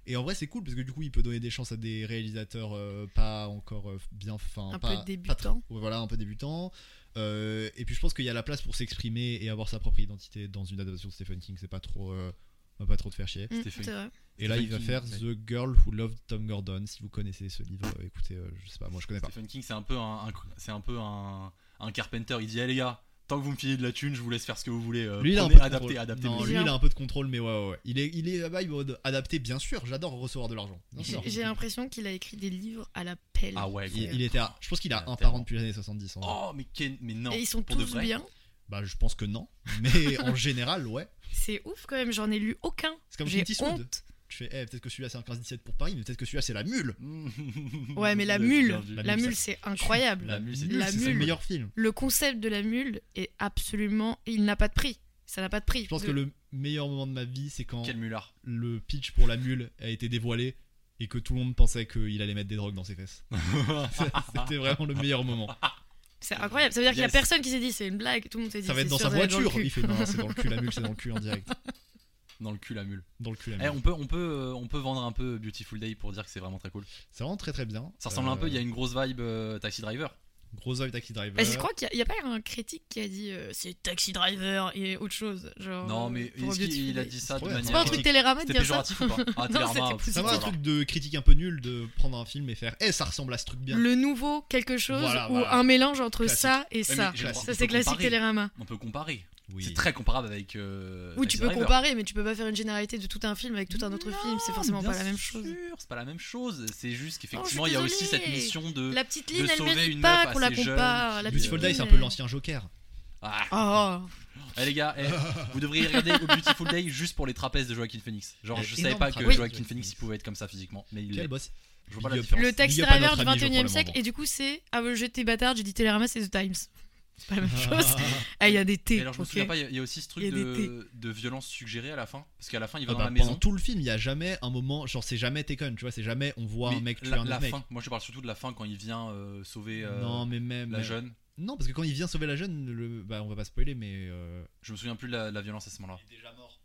Speaker 3: Et en vrai, c'est cool parce que du coup, il peut donner des chances à des réalisateurs euh, pas encore euh, bien fins.
Speaker 1: Un
Speaker 3: pas,
Speaker 1: peu
Speaker 3: pas
Speaker 1: débutant.
Speaker 3: Ouais, voilà, un peu débutant. Euh, et puis je pense qu'il y a la place pour s'exprimer et avoir sa propre identité dans une adaptation de Stephen King. C'est pas trop, euh, on va pas trop te faire chier.
Speaker 1: Mm,
Speaker 2: Stephen.
Speaker 1: c'est vrai.
Speaker 3: Et là, il va
Speaker 2: King,
Speaker 3: faire
Speaker 2: ouais.
Speaker 3: The Girl Who Loved Tom Gordon. Si vous connaissez ce livre, euh, écoutez, euh, je sais pas, moi je connais pas.
Speaker 2: Stephen King, c'est un peu un, un- c'est un peu un, un Carpenter. Il dit, eh les gars, tant que vous me filez de la thune, je vous laisse faire ce que vous voulez. euh,
Speaker 3: Lui, il a un
Speaker 2: prenez,
Speaker 3: peu de
Speaker 2: adaptez,
Speaker 3: contrôle.
Speaker 2: adaptez.
Speaker 3: Non,
Speaker 2: mais-
Speaker 3: lui, il a un peu de contrôle, mais ouais, ouais, ouais. Il est, il est là-bas, il est en mode adapté, bien sûr. J'adore recevoir de l'argent. Bien
Speaker 1: J'ai
Speaker 3: sûr.
Speaker 1: j'ai l'impression qu'il a écrit des livres à la pelle.
Speaker 2: Ah ouais,
Speaker 3: Il,
Speaker 2: gros.
Speaker 3: il était à- je pense qu'il a
Speaker 2: Ah,
Speaker 3: un
Speaker 2: tellement.
Speaker 3: parent depuis les années 70. en vrai.
Speaker 2: Oh, mais, Ken- mais non.
Speaker 1: Et ils sont
Speaker 2: pour de
Speaker 1: tous
Speaker 2: vrai.
Speaker 1: bien.
Speaker 3: Bah, je pense que non. Mais en général, ouais.
Speaker 1: C'est ouf quand même, j'en ai lu aucun.
Speaker 3: C'est comme
Speaker 1: J'ai
Speaker 3: Clint Eastwood.
Speaker 1: honte.
Speaker 3: Tu fais, eh, peut-être que celui-là c'est un 15-17 pour Paris, mais peut-être que celui-là c'est la mule.
Speaker 1: Ouais, mais la
Speaker 2: Bien
Speaker 1: mule,
Speaker 2: vu.
Speaker 1: la,
Speaker 3: La mule,
Speaker 1: mule, c'est incroyable.
Speaker 2: La mule, c'est-
Speaker 1: La
Speaker 3: c'est le
Speaker 1: mule.
Speaker 3: meilleur film.
Speaker 1: Le concept de la mule est absolument. Il n'a pas de prix. Ça n'a pas de prix.
Speaker 3: Je pense
Speaker 1: De-
Speaker 3: que le meilleur moment de ma vie, c'est quand
Speaker 2: Quel mulard.
Speaker 3: le pitch pour la mule a été dévoilé et que tout le monde pensait qu'il allait mettre des drogues dans ses fesses. C'était vraiment le meilleur moment.
Speaker 1: C'est incroyable. Ça veut dire qu'il n'y a
Speaker 2: Yes.
Speaker 1: personne qui s'est dit c'est une blague. Tout le monde s'est dit
Speaker 3: Ça va être
Speaker 1: c'est
Speaker 3: dans
Speaker 1: sûr,
Speaker 3: sa
Speaker 1: ça va être dans le
Speaker 3: voiture.
Speaker 1: cul.
Speaker 3: Il fait, non, c'est dans le cul la mule, c'est dans le cul en direct.
Speaker 2: Dans le cul, la mule.
Speaker 3: Dans le cul la
Speaker 2: Eh,
Speaker 3: mule.
Speaker 2: on peut, on peut, euh, on peut vendre un peu Beautiful Day pour dire que c'est vraiment très cool.
Speaker 3: C'est vraiment très très bien.
Speaker 2: Ça ressemble un peu, il y a
Speaker 3: Euh,
Speaker 2: une grosse vibe euh, Taxi Driver.
Speaker 3: Gros œil Taxi Driver.
Speaker 1: Parce que Bah, je crois qu'il n'y a, il y a pas un critique qui a dit euh, c'est Taxi Driver et autre chose. Genre,
Speaker 2: non,
Speaker 1: euh,
Speaker 2: mais
Speaker 1: pour
Speaker 2: est-ce
Speaker 1: Beauty
Speaker 2: qu'il il a
Speaker 1: Today.
Speaker 2: dit ça de
Speaker 3: Ouais,
Speaker 2: manière.
Speaker 1: C'est pas un truc
Speaker 3: euh,
Speaker 1: Télérama de
Speaker 2: C'était
Speaker 1: dire ça
Speaker 2: péjoratif ou pas Ah,
Speaker 1: Non, c'était
Speaker 2: Télérama,
Speaker 1: positif.
Speaker 3: Ça
Speaker 2: c'est
Speaker 3: va un
Speaker 2: pas
Speaker 3: truc de critique un peu nul de prendre un film et faire Eh, ça ressemble à ce truc bien.
Speaker 1: Le nouveau quelque chose
Speaker 3: Voilà,
Speaker 1: ou
Speaker 3: voilà.
Speaker 1: un mélange entre
Speaker 3: Classique.
Speaker 1: ça et
Speaker 2: mais
Speaker 1: ça.
Speaker 2: j'ai le droit,
Speaker 1: Ça,
Speaker 2: on
Speaker 1: c'est
Speaker 2: peut
Speaker 1: classique
Speaker 2: comparer.
Speaker 1: Télérama.
Speaker 2: On peut comparer.
Speaker 3: Oui.
Speaker 2: C'est très comparable avec. euh,
Speaker 1: Oui,
Speaker 2: Taxi
Speaker 1: tu peux
Speaker 2: Driver.
Speaker 1: comparer, mais tu peux pas faire une généralité de tout un film avec tout un autre
Speaker 2: Non,
Speaker 1: film. C'est forcément
Speaker 2: bien
Speaker 1: pas la même
Speaker 2: sûr,
Speaker 1: chose.
Speaker 2: C'est pas la même chose. C'est juste
Speaker 1: Oh,
Speaker 2: qu'effectivement,
Speaker 1: je
Speaker 2: il
Speaker 1: suis
Speaker 2: y a aussi
Speaker 1: désolée.
Speaker 2: cette mission de.
Speaker 1: La petite
Speaker 2: de
Speaker 1: ligne, elle
Speaker 2: sauver
Speaker 1: mérite
Speaker 2: une
Speaker 1: pas
Speaker 2: meuf
Speaker 1: qu'on la
Speaker 2: assez jeune
Speaker 1: compare.
Speaker 2: qui-
Speaker 1: La petite
Speaker 3: Beautiful Day,
Speaker 1: ligne,
Speaker 3: c'est un peu
Speaker 1: elle-
Speaker 3: l'ancien Joker.
Speaker 2: Ah.
Speaker 1: Oh,
Speaker 2: Eh, les gars, eh, vous devriez regarder au Beautiful Day juste pour les trapèzes de Joaquin Phoenix. Genre,
Speaker 3: Eh,
Speaker 2: je savais
Speaker 3: énorme
Speaker 2: pas que
Speaker 3: trapèze.
Speaker 2: Joaquin
Speaker 3: Oui.
Speaker 2: Phoenix il pouvait être comme ça physiquement, mais il l'est.
Speaker 3: Quel boss
Speaker 2: Je vois pas la
Speaker 3: Big up.
Speaker 2: différence.
Speaker 1: le
Speaker 3: Big
Speaker 1: taxi
Speaker 3: up à
Speaker 1: driver
Speaker 3: notre
Speaker 1: du
Speaker 3: ami, je
Speaker 1: 21 e
Speaker 3: crois,
Speaker 1: siècle.
Speaker 3: le
Speaker 1: Et du coup, c'est Ah, euh, je t'ai bâtard, j'ai dit Télérama, c'est The Times. C'est pas la même chose. Ah, il y a des
Speaker 2: Et
Speaker 1: T.
Speaker 2: alors, je me
Speaker 1: ok.
Speaker 2: souviens pas, il y a- il y a aussi ce truc
Speaker 1: Il y a des
Speaker 2: de, de violence suggérée à la fin. Parce qu'à la fin, il va
Speaker 3: Ah
Speaker 2: dans
Speaker 3: bah,
Speaker 2: la
Speaker 3: pendant
Speaker 2: maison.
Speaker 3: tout le film, il n'y a jamais un moment, genre c'est jamais Taken, tu vois, c'est jamais on voit
Speaker 2: mais
Speaker 3: un mec tuer
Speaker 2: la,
Speaker 3: un autre
Speaker 2: la
Speaker 3: mec.
Speaker 2: fin, moi je parle surtout de la fin quand il vient euh, sauver euh,
Speaker 3: non, mais même.
Speaker 2: la jeune.
Speaker 3: Non, parce que quand il vient sauver la jeune, le... bah, on va pas spoiler, mais. euh,
Speaker 2: Je me souviens plus de la, la violence à ce moment-là.
Speaker 3: Il est déjà mort.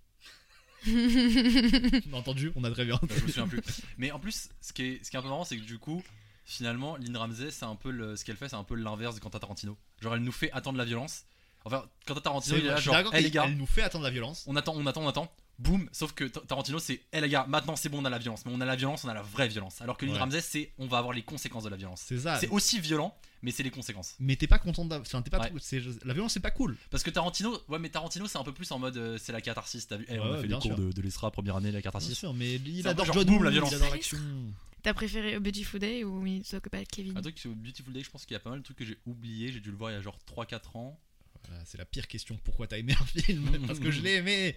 Speaker 3: on a entendu, on a très bien.
Speaker 2: Euh, je me souviens plus. Mais en plus, ce qui est, ce qui est un peu marrant, c'est que du coup, finalement, Lynn Ramsey, c'est un peu le- ce qu'elle fait, c'est un peu l'inverse de Quentin Tarantino. Genre, elle nous fait attendre la violence. Enfin, Quentin Tarantino, il est là,
Speaker 3: je suis
Speaker 2: genre,
Speaker 3: d'accord
Speaker 2: Eh,
Speaker 3: qu'elle-
Speaker 2: les gars,
Speaker 3: Elle nous fait attendre la violence.
Speaker 2: on attend, on attend, on attend. Boum, sauf que Ta- Tarantino c'est Eh les gars, maintenant c'est bon, on a la violence. Mais on a la violence, on a la vraie violence. Alors que Lynn
Speaker 3: Ouais.
Speaker 2: Ramsey, c'est on va avoir les conséquences de la violence.
Speaker 3: C'est ça.
Speaker 2: C'est aussi violent, mais c'est les conséquences.
Speaker 3: Mais t'es pas content d'avoir. Enfin, t'es pas.
Speaker 2: Ouais.
Speaker 3: trop- c'est- La violence, c'est pas cool.
Speaker 2: Parce que Tarantino, ouais, mais Tarantino c'est un peu plus en mode euh, c'est la catharsis, t'as vu Eh,
Speaker 3: Ouais,
Speaker 2: On a
Speaker 3: ouais,
Speaker 2: fait des
Speaker 3: bien
Speaker 2: cours
Speaker 3: sûr.
Speaker 2: de, de l'ESRA première année, la
Speaker 3: Bien
Speaker 2: catharsis.
Speaker 3: sûr, mais il
Speaker 2: Ah, C'est un peu
Speaker 3: adore
Speaker 2: genre,
Speaker 3: John
Speaker 2: boum,
Speaker 3: Woo,
Speaker 2: la violence.
Speaker 3: Il adore l'action.
Speaker 1: T'as préféré A Beautiful Day ou We Talk About Kevin
Speaker 2: Un truc sur Beautiful Day, je pense qu'il y a pas mal de trucs que j'ai oublié, j'ai dû le voir il y a genre 3-4 ans.
Speaker 3: Voilà, Bah, c'est la pire question. Pourquoi t'as aimé un film Parce que je l'ai aimé.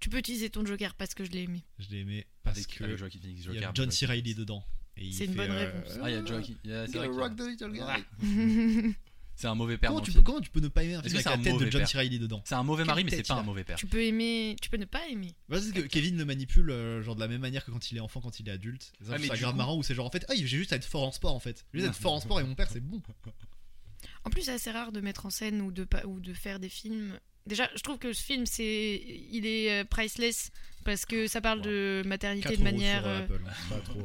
Speaker 1: Tu peux utiliser ton Joker parce que je l'ai aimé.
Speaker 3: Je l'ai aimé parce
Speaker 2: Avec,
Speaker 3: que.
Speaker 2: avec Joaquin
Speaker 3: Il
Speaker 2: Phoenix,
Speaker 3: y
Speaker 2: Joker,
Speaker 3: a John
Speaker 2: Joaquin
Speaker 3: C.
Speaker 2: Phoenix.
Speaker 3: Reilly dedans. Et il
Speaker 1: C'est une
Speaker 3: fait,
Speaker 1: bonne
Speaker 3: euh,
Speaker 1: réponse.
Speaker 2: Ah, il y a Joaquin. yeah, c'est
Speaker 3: Gotta
Speaker 2: vrai qu'il y a-
Speaker 3: rock the little guy.
Speaker 2: Ouais.
Speaker 1: tu
Speaker 2: C'est un mauvais père.
Speaker 3: Comment
Speaker 2: dans
Speaker 3: tu,
Speaker 2: le
Speaker 3: peux,
Speaker 2: film.
Speaker 3: comment tu peux ne pas aimer un
Speaker 2: Est-ce
Speaker 3: film avec
Speaker 2: que c'est
Speaker 3: la
Speaker 2: un
Speaker 3: tête de
Speaker 2: mauvais
Speaker 3: John
Speaker 2: père
Speaker 3: C. Reilly dedans
Speaker 2: C'est un mauvais mari, mais
Speaker 1: tête
Speaker 2: c'est pas
Speaker 1: il
Speaker 2: un
Speaker 1: a
Speaker 2: mauvais père.
Speaker 1: peux aimer, tu peux ne pas aimer.
Speaker 3: Voilà, Bah, c'est que Kevin le manipule euh, genre de la même manière que quand il est enfant, quand il est adulte. C'est
Speaker 2: Ouais, mais
Speaker 3: ça
Speaker 2: du
Speaker 3: grave
Speaker 2: coup-
Speaker 3: marrant où c'est genre en fait, ah, j'ai juste à être fort en sport en fait. J'ai juste à être fort en sport et mon père c'est bon.
Speaker 1: En plus, c'est assez rare de mettre en scène ou de, pa- ou de faire des films. Déjà, je trouve que ce film, c'est, il est euh, priceless parce que ça parle de maternité
Speaker 3: 4
Speaker 1: de
Speaker 3: euros
Speaker 1: manière.
Speaker 3: sur, euh,
Speaker 1: euh,
Speaker 3: Apple, hein, c'est pas trop,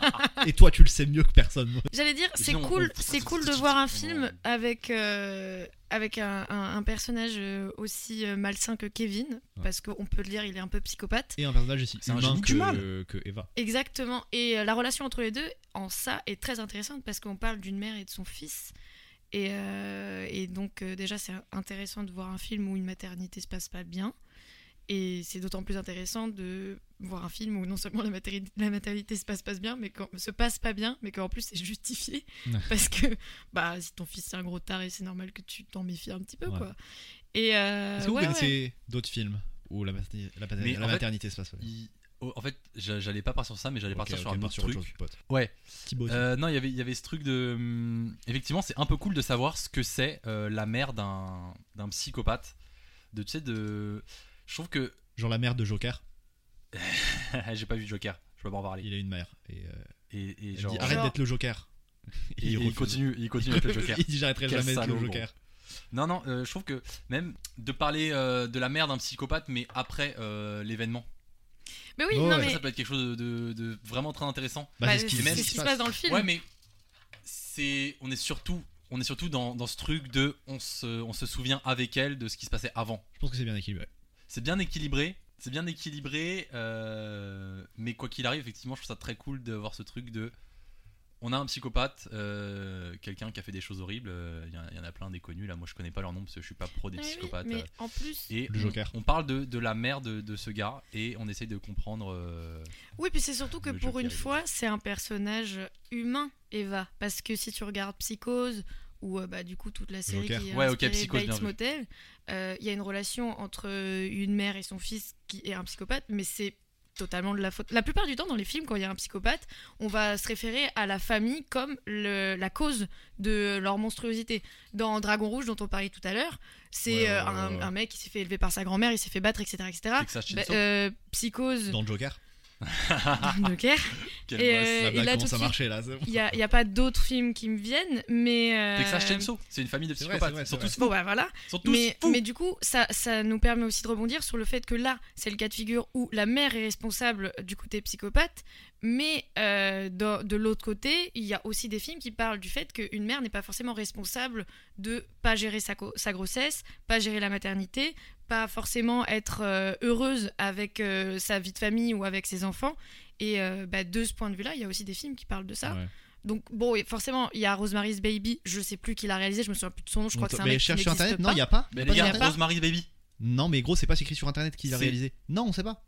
Speaker 3: euh, Et toi tu le sais mieux que personne.
Speaker 1: J'allais dire,
Speaker 2: Et
Speaker 1: c'est
Speaker 2: sinon, on-
Speaker 1: cool,
Speaker 2: on-
Speaker 1: c'est cool de voir un film avec euh, avec un, un- un personnage euh, aussi euh, malsain que Kevin,
Speaker 3: Ouais.
Speaker 1: parce qu'on peut le dire, il est un peu psychopathe.
Speaker 3: Et un personnage aussi
Speaker 2: C'est un
Speaker 3: humain
Speaker 2: génie du
Speaker 3: que,
Speaker 2: mal.
Speaker 3: que Eva.
Speaker 1: Exactement. Et euh, la relation entre les deux, en ça, est très intéressante parce qu'on parle d'une mère et de son fils. Et, euh, et donc, euh, déjà, c'est intéressant de voir un film où une maternité se passe pas bien. Et c'est d'autant plus intéressant de voir un film où non seulement la, matéri- la maternité se passe, passe bien, mais qu'en- se passe pas bien, mais qu'en plus c'est justifié.
Speaker 3: Ouais.
Speaker 1: parce que bah, si ton fils c'est un gros taré, c'est normal que tu t'en méfies un petit peu.
Speaker 3: Ouais.
Speaker 1: quoi. Et euh,
Speaker 3: Est-ce que vous
Speaker 1: ouais, ouais.
Speaker 3: connaissez d'autres films où la, materni- la, pater-
Speaker 2: Mais
Speaker 3: la
Speaker 2: en fait,
Speaker 3: maternité se passe pas bien
Speaker 2: Il- oh, en fait, j'a- j'allais pas partir sur ça, mais j'allais
Speaker 3: Ok,
Speaker 2: partir
Speaker 3: ok,
Speaker 2: sur un
Speaker 3: pars
Speaker 2: autre
Speaker 3: autre
Speaker 2: truc.
Speaker 3: chose, pote.
Speaker 2: Ouais.
Speaker 3: Thibaut,
Speaker 2: Euh, non, il y avait- il y avait ce truc de. hum, effectivement, c'est un peu cool de savoir ce que c'est euh, la mère d'un d'un psychopathe. De, tu sais, de. Je trouve que.
Speaker 3: genre la mère de Joker,
Speaker 2: J'ai pas vu Joker, je peux pas en parler.
Speaker 3: il a une mère et euh,
Speaker 2: Et, et
Speaker 3: elle
Speaker 2: genre.
Speaker 3: dit arrête
Speaker 1: Genre-
Speaker 3: d'être le Joker.
Speaker 2: et il,
Speaker 3: refuse.
Speaker 2: continue, il continue avec le Joker.
Speaker 3: il dit j'arrêterai
Speaker 2: Quel
Speaker 3: jamais d'être le
Speaker 2: salaud,
Speaker 3: Joker.
Speaker 2: Non, non, euh, je trouve que même de parler euh, de la mère d'un psychopathe, mais après euh, l'événement,
Speaker 1: Mais oui,
Speaker 3: Oh,
Speaker 1: non,
Speaker 3: ouais.
Speaker 1: mais
Speaker 2: ça, ça peut être quelque chose de, de- de vraiment très intéressant.
Speaker 3: Bah,
Speaker 1: bah,
Speaker 3: c'est ce qui
Speaker 2: c'est
Speaker 3: c'est
Speaker 2: ce
Speaker 3: ce
Speaker 2: qui
Speaker 1: se passe dans le film.
Speaker 2: Ouais, mais c'est, on est surtout, on est surtout dans, dans ce truc de, on se, on se souvient avec elle de ce qui se passait avant.
Speaker 3: Je pense que c'est bien équilibré.
Speaker 2: C'est bien équilibré, c'est bien équilibré, euh, mais quoi qu'il arrive, effectivement, je trouve ça très cool de voir ce truc de, on a un psychopathe, euh, quelqu'un qui a fait des choses horribles. euh, Il y en a- il y, en a plein des connus là. Moi, je connais pas leur nom parce que je suis pas pro des
Speaker 1: Ouais, Eh Ah oui,
Speaker 2: psychopathes.
Speaker 1: mais
Speaker 2: euh.
Speaker 1: en plus,
Speaker 2: Et
Speaker 3: Le
Speaker 2: on-
Speaker 3: Joker.
Speaker 2: On parle de, de la mère de, de ce gars et on essaye de comprendre. euh,
Speaker 1: Oui, puis c'est surtout que
Speaker 2: Le
Speaker 1: pour
Speaker 2: Joker,
Speaker 1: une
Speaker 2: il est
Speaker 1: fois, c'est un personnage humain, Eva. Parce que si tu regardes Psychose, ou euh, bah, du coup toute la série
Speaker 3: Joker.
Speaker 1: qui est
Speaker 2: Ouais, ok,
Speaker 1: inspirée de
Speaker 2: Psychose, bien
Speaker 1: Bates
Speaker 2: vu.
Speaker 1: Motel, euh, il y a une relation entre euh, une mère et son fils qui est un psychopathe, mais c'est totalement de la faute. La plupart du temps, dans les films, quand il y a un psychopathe, on va se référer à la famille comme le- la cause de leur monstruosité. Dans Dragon Rouge, dont on parlait tout à l'heure, c'est
Speaker 3: Ouais, ouais,
Speaker 1: euh,
Speaker 3: ouais,
Speaker 1: un,
Speaker 3: ouais.
Speaker 1: un mec qui s'est fait élever par sa grand-mère, il s'est fait battre, etc. etc.
Speaker 2: Texas
Speaker 1: Bah,
Speaker 2: Chainsaw.
Speaker 1: euh, psychose,
Speaker 3: Dans le Joker,
Speaker 1: dans Joker.
Speaker 2: Quelle
Speaker 1: et,
Speaker 2: bosse.
Speaker 1: euh,
Speaker 3: la blague
Speaker 1: là, tout
Speaker 3: commence
Speaker 1: de
Speaker 3: à
Speaker 1: suite-
Speaker 3: marcher là. c'est bon.
Speaker 1: Il n'y a, il y a pas d'autres films qui me viennent, mais. euh,
Speaker 2: Texas Chainsaw, c'est une famille de
Speaker 3: c'est vrai,
Speaker 2: psychopathes.
Speaker 3: c'est vrai,
Speaker 2: Ils sont
Speaker 3: c'est
Speaker 2: tous
Speaker 1: Bon,
Speaker 2: fous.
Speaker 1: bah voilà.
Speaker 2: Ils sont tous
Speaker 1: Mais,
Speaker 2: fous.
Speaker 1: mais du coup, ça, ça nous permet aussi de rebondir sur le fait que là, c'est le cas de figure où la mère est responsable du côté psychopathe, mais euh, dans- de l'autre côté, il y a aussi des films qui parlent du fait qu'une mère n'est pas forcément responsable de pas gérer sa, co- sa grossesse, pas gérer la maternité, pas forcément être euh, heureuse avec euh, sa vie de famille ou avec ses enfants. Et euh, bah, de ce point de vue-là, il y a aussi des films qui parlent de ça.
Speaker 3: Ouais.
Speaker 1: Donc bon, et forcément, il y a Rosemary's Baby, je sais plus qui l'a réalisé, je me souviens plus de son nom, je crois que c'est un
Speaker 3: mais
Speaker 1: mec
Speaker 3: cherche
Speaker 1: qui
Speaker 3: sur
Speaker 1: n'existe
Speaker 3: internet,
Speaker 1: pas.
Speaker 3: non, il y a pas.
Speaker 2: Mais
Speaker 1: Il
Speaker 2: les
Speaker 1: y a
Speaker 2: gars,
Speaker 1: pas-
Speaker 2: Rosemary Baby.
Speaker 3: Non, mais gros, c'est pas écrit sur internet qu'il a
Speaker 2: C'est-
Speaker 3: réalisé. Non, on sait pas.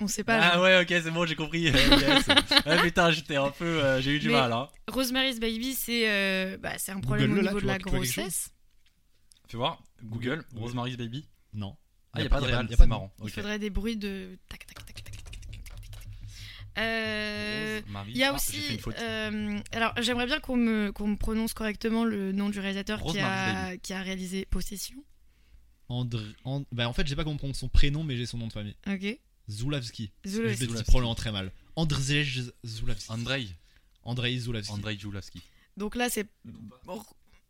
Speaker 1: On sait pas.
Speaker 2: Ah
Speaker 1: genre.
Speaker 2: ouais, ok, c'est bon, j'ai compris. Euh, yes. Ah putain, j'étais un peu, euh, j'ai eu du
Speaker 1: Mais-
Speaker 2: mal. hein.
Speaker 1: Rosemary's Baby, c'est euh, bah, c'est un problème
Speaker 3: Google-le,
Speaker 1: au
Speaker 3: là,
Speaker 1: niveau
Speaker 3: tu
Speaker 1: de
Speaker 3: vois
Speaker 1: la
Speaker 3: que tu vois quelque
Speaker 1: grossesse.
Speaker 2: Fais voir, Google,
Speaker 3: Google.
Speaker 2: Rosemary's Baby.
Speaker 3: Non.
Speaker 2: Ah, il y a pas de réel,
Speaker 3: y a
Speaker 2: c'est
Speaker 3: de-
Speaker 2: marrant.
Speaker 1: Il faudrait des bruits de tac tac tac tac tac. tac, tac, tac, tac. Euh, Il
Speaker 3: ah,
Speaker 2: Ah,
Speaker 1: y a aussi. euh, alors, j'aimerais bien qu'on me, qu'on me prononce correctement le nom du réalisateur qui
Speaker 2: Rosemary's
Speaker 1: a, qui a réalisé Possession.
Speaker 3: Andr- And- bah, en fait, j'ai pas compris son prénom, mais j'ai son nom de famille.
Speaker 1: Ok.
Speaker 3: Zulavski.
Speaker 1: Zoulous.
Speaker 3: Je le dis
Speaker 2: Zulavski.
Speaker 3: probablement très mal. Andrzej Zulavski.
Speaker 2: Andrei,
Speaker 3: Andrzej Zulavski.
Speaker 2: Andrei Julavski.
Speaker 1: Donc là, c'est.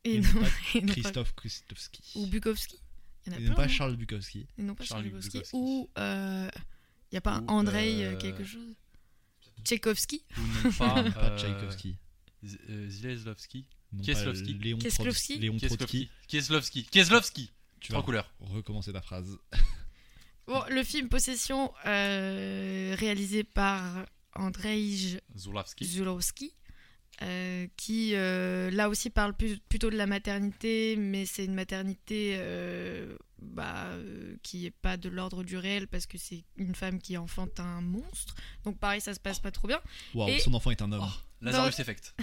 Speaker 1: Et
Speaker 3: Ils
Speaker 1: non,
Speaker 3: n'ont pas
Speaker 1: ils n'ont pas-
Speaker 3: Christophe Kristofski.
Speaker 1: Ou Bukowski. Il y en a
Speaker 3: Ils n'ont
Speaker 1: plein,
Speaker 3: pas
Speaker 1: non
Speaker 3: Charles Bukowski.
Speaker 1: Et non pas
Speaker 2: Charles
Speaker 1: Charles Bukowski.
Speaker 2: Bukowski.
Speaker 1: Ou il n'y a pas un
Speaker 2: Ou,
Speaker 1: Andrei
Speaker 2: euh,
Speaker 1: euh, quelque chose Tchaikovsky
Speaker 2: Ou non pas,
Speaker 3: Ils n'ont pas
Speaker 2: euh,
Speaker 3: Tchaïkovski.
Speaker 2: Z- euh, Zileslovski.
Speaker 3: Ils n'ont pas
Speaker 2: Kieslowski.
Speaker 3: Léon
Speaker 1: Kieslowski.
Speaker 3: Trotski. Léon Trotski.
Speaker 2: Kieslovski. Kieslovski. Kieslovski.
Speaker 3: Tu vas
Speaker 2: Trois couleurs.
Speaker 3: recommencer ta phrase.
Speaker 1: Bon, le film Possession, euh, réalisé par Andrei
Speaker 2: Zulavski.
Speaker 1: Zulowski, euh, qui euh, là aussi parle plus- plutôt de la maternité, mais c'est une maternité euh, bah, euh, qui n'est pas de l'ordre du réel parce que c'est une femme qui enfante un monstre. Donc pareil, ça se passe pas trop bien.
Speaker 3: Waouh,
Speaker 1: Et- Oh.
Speaker 3: son enfant est un homme.
Speaker 2: Lazarus Effect.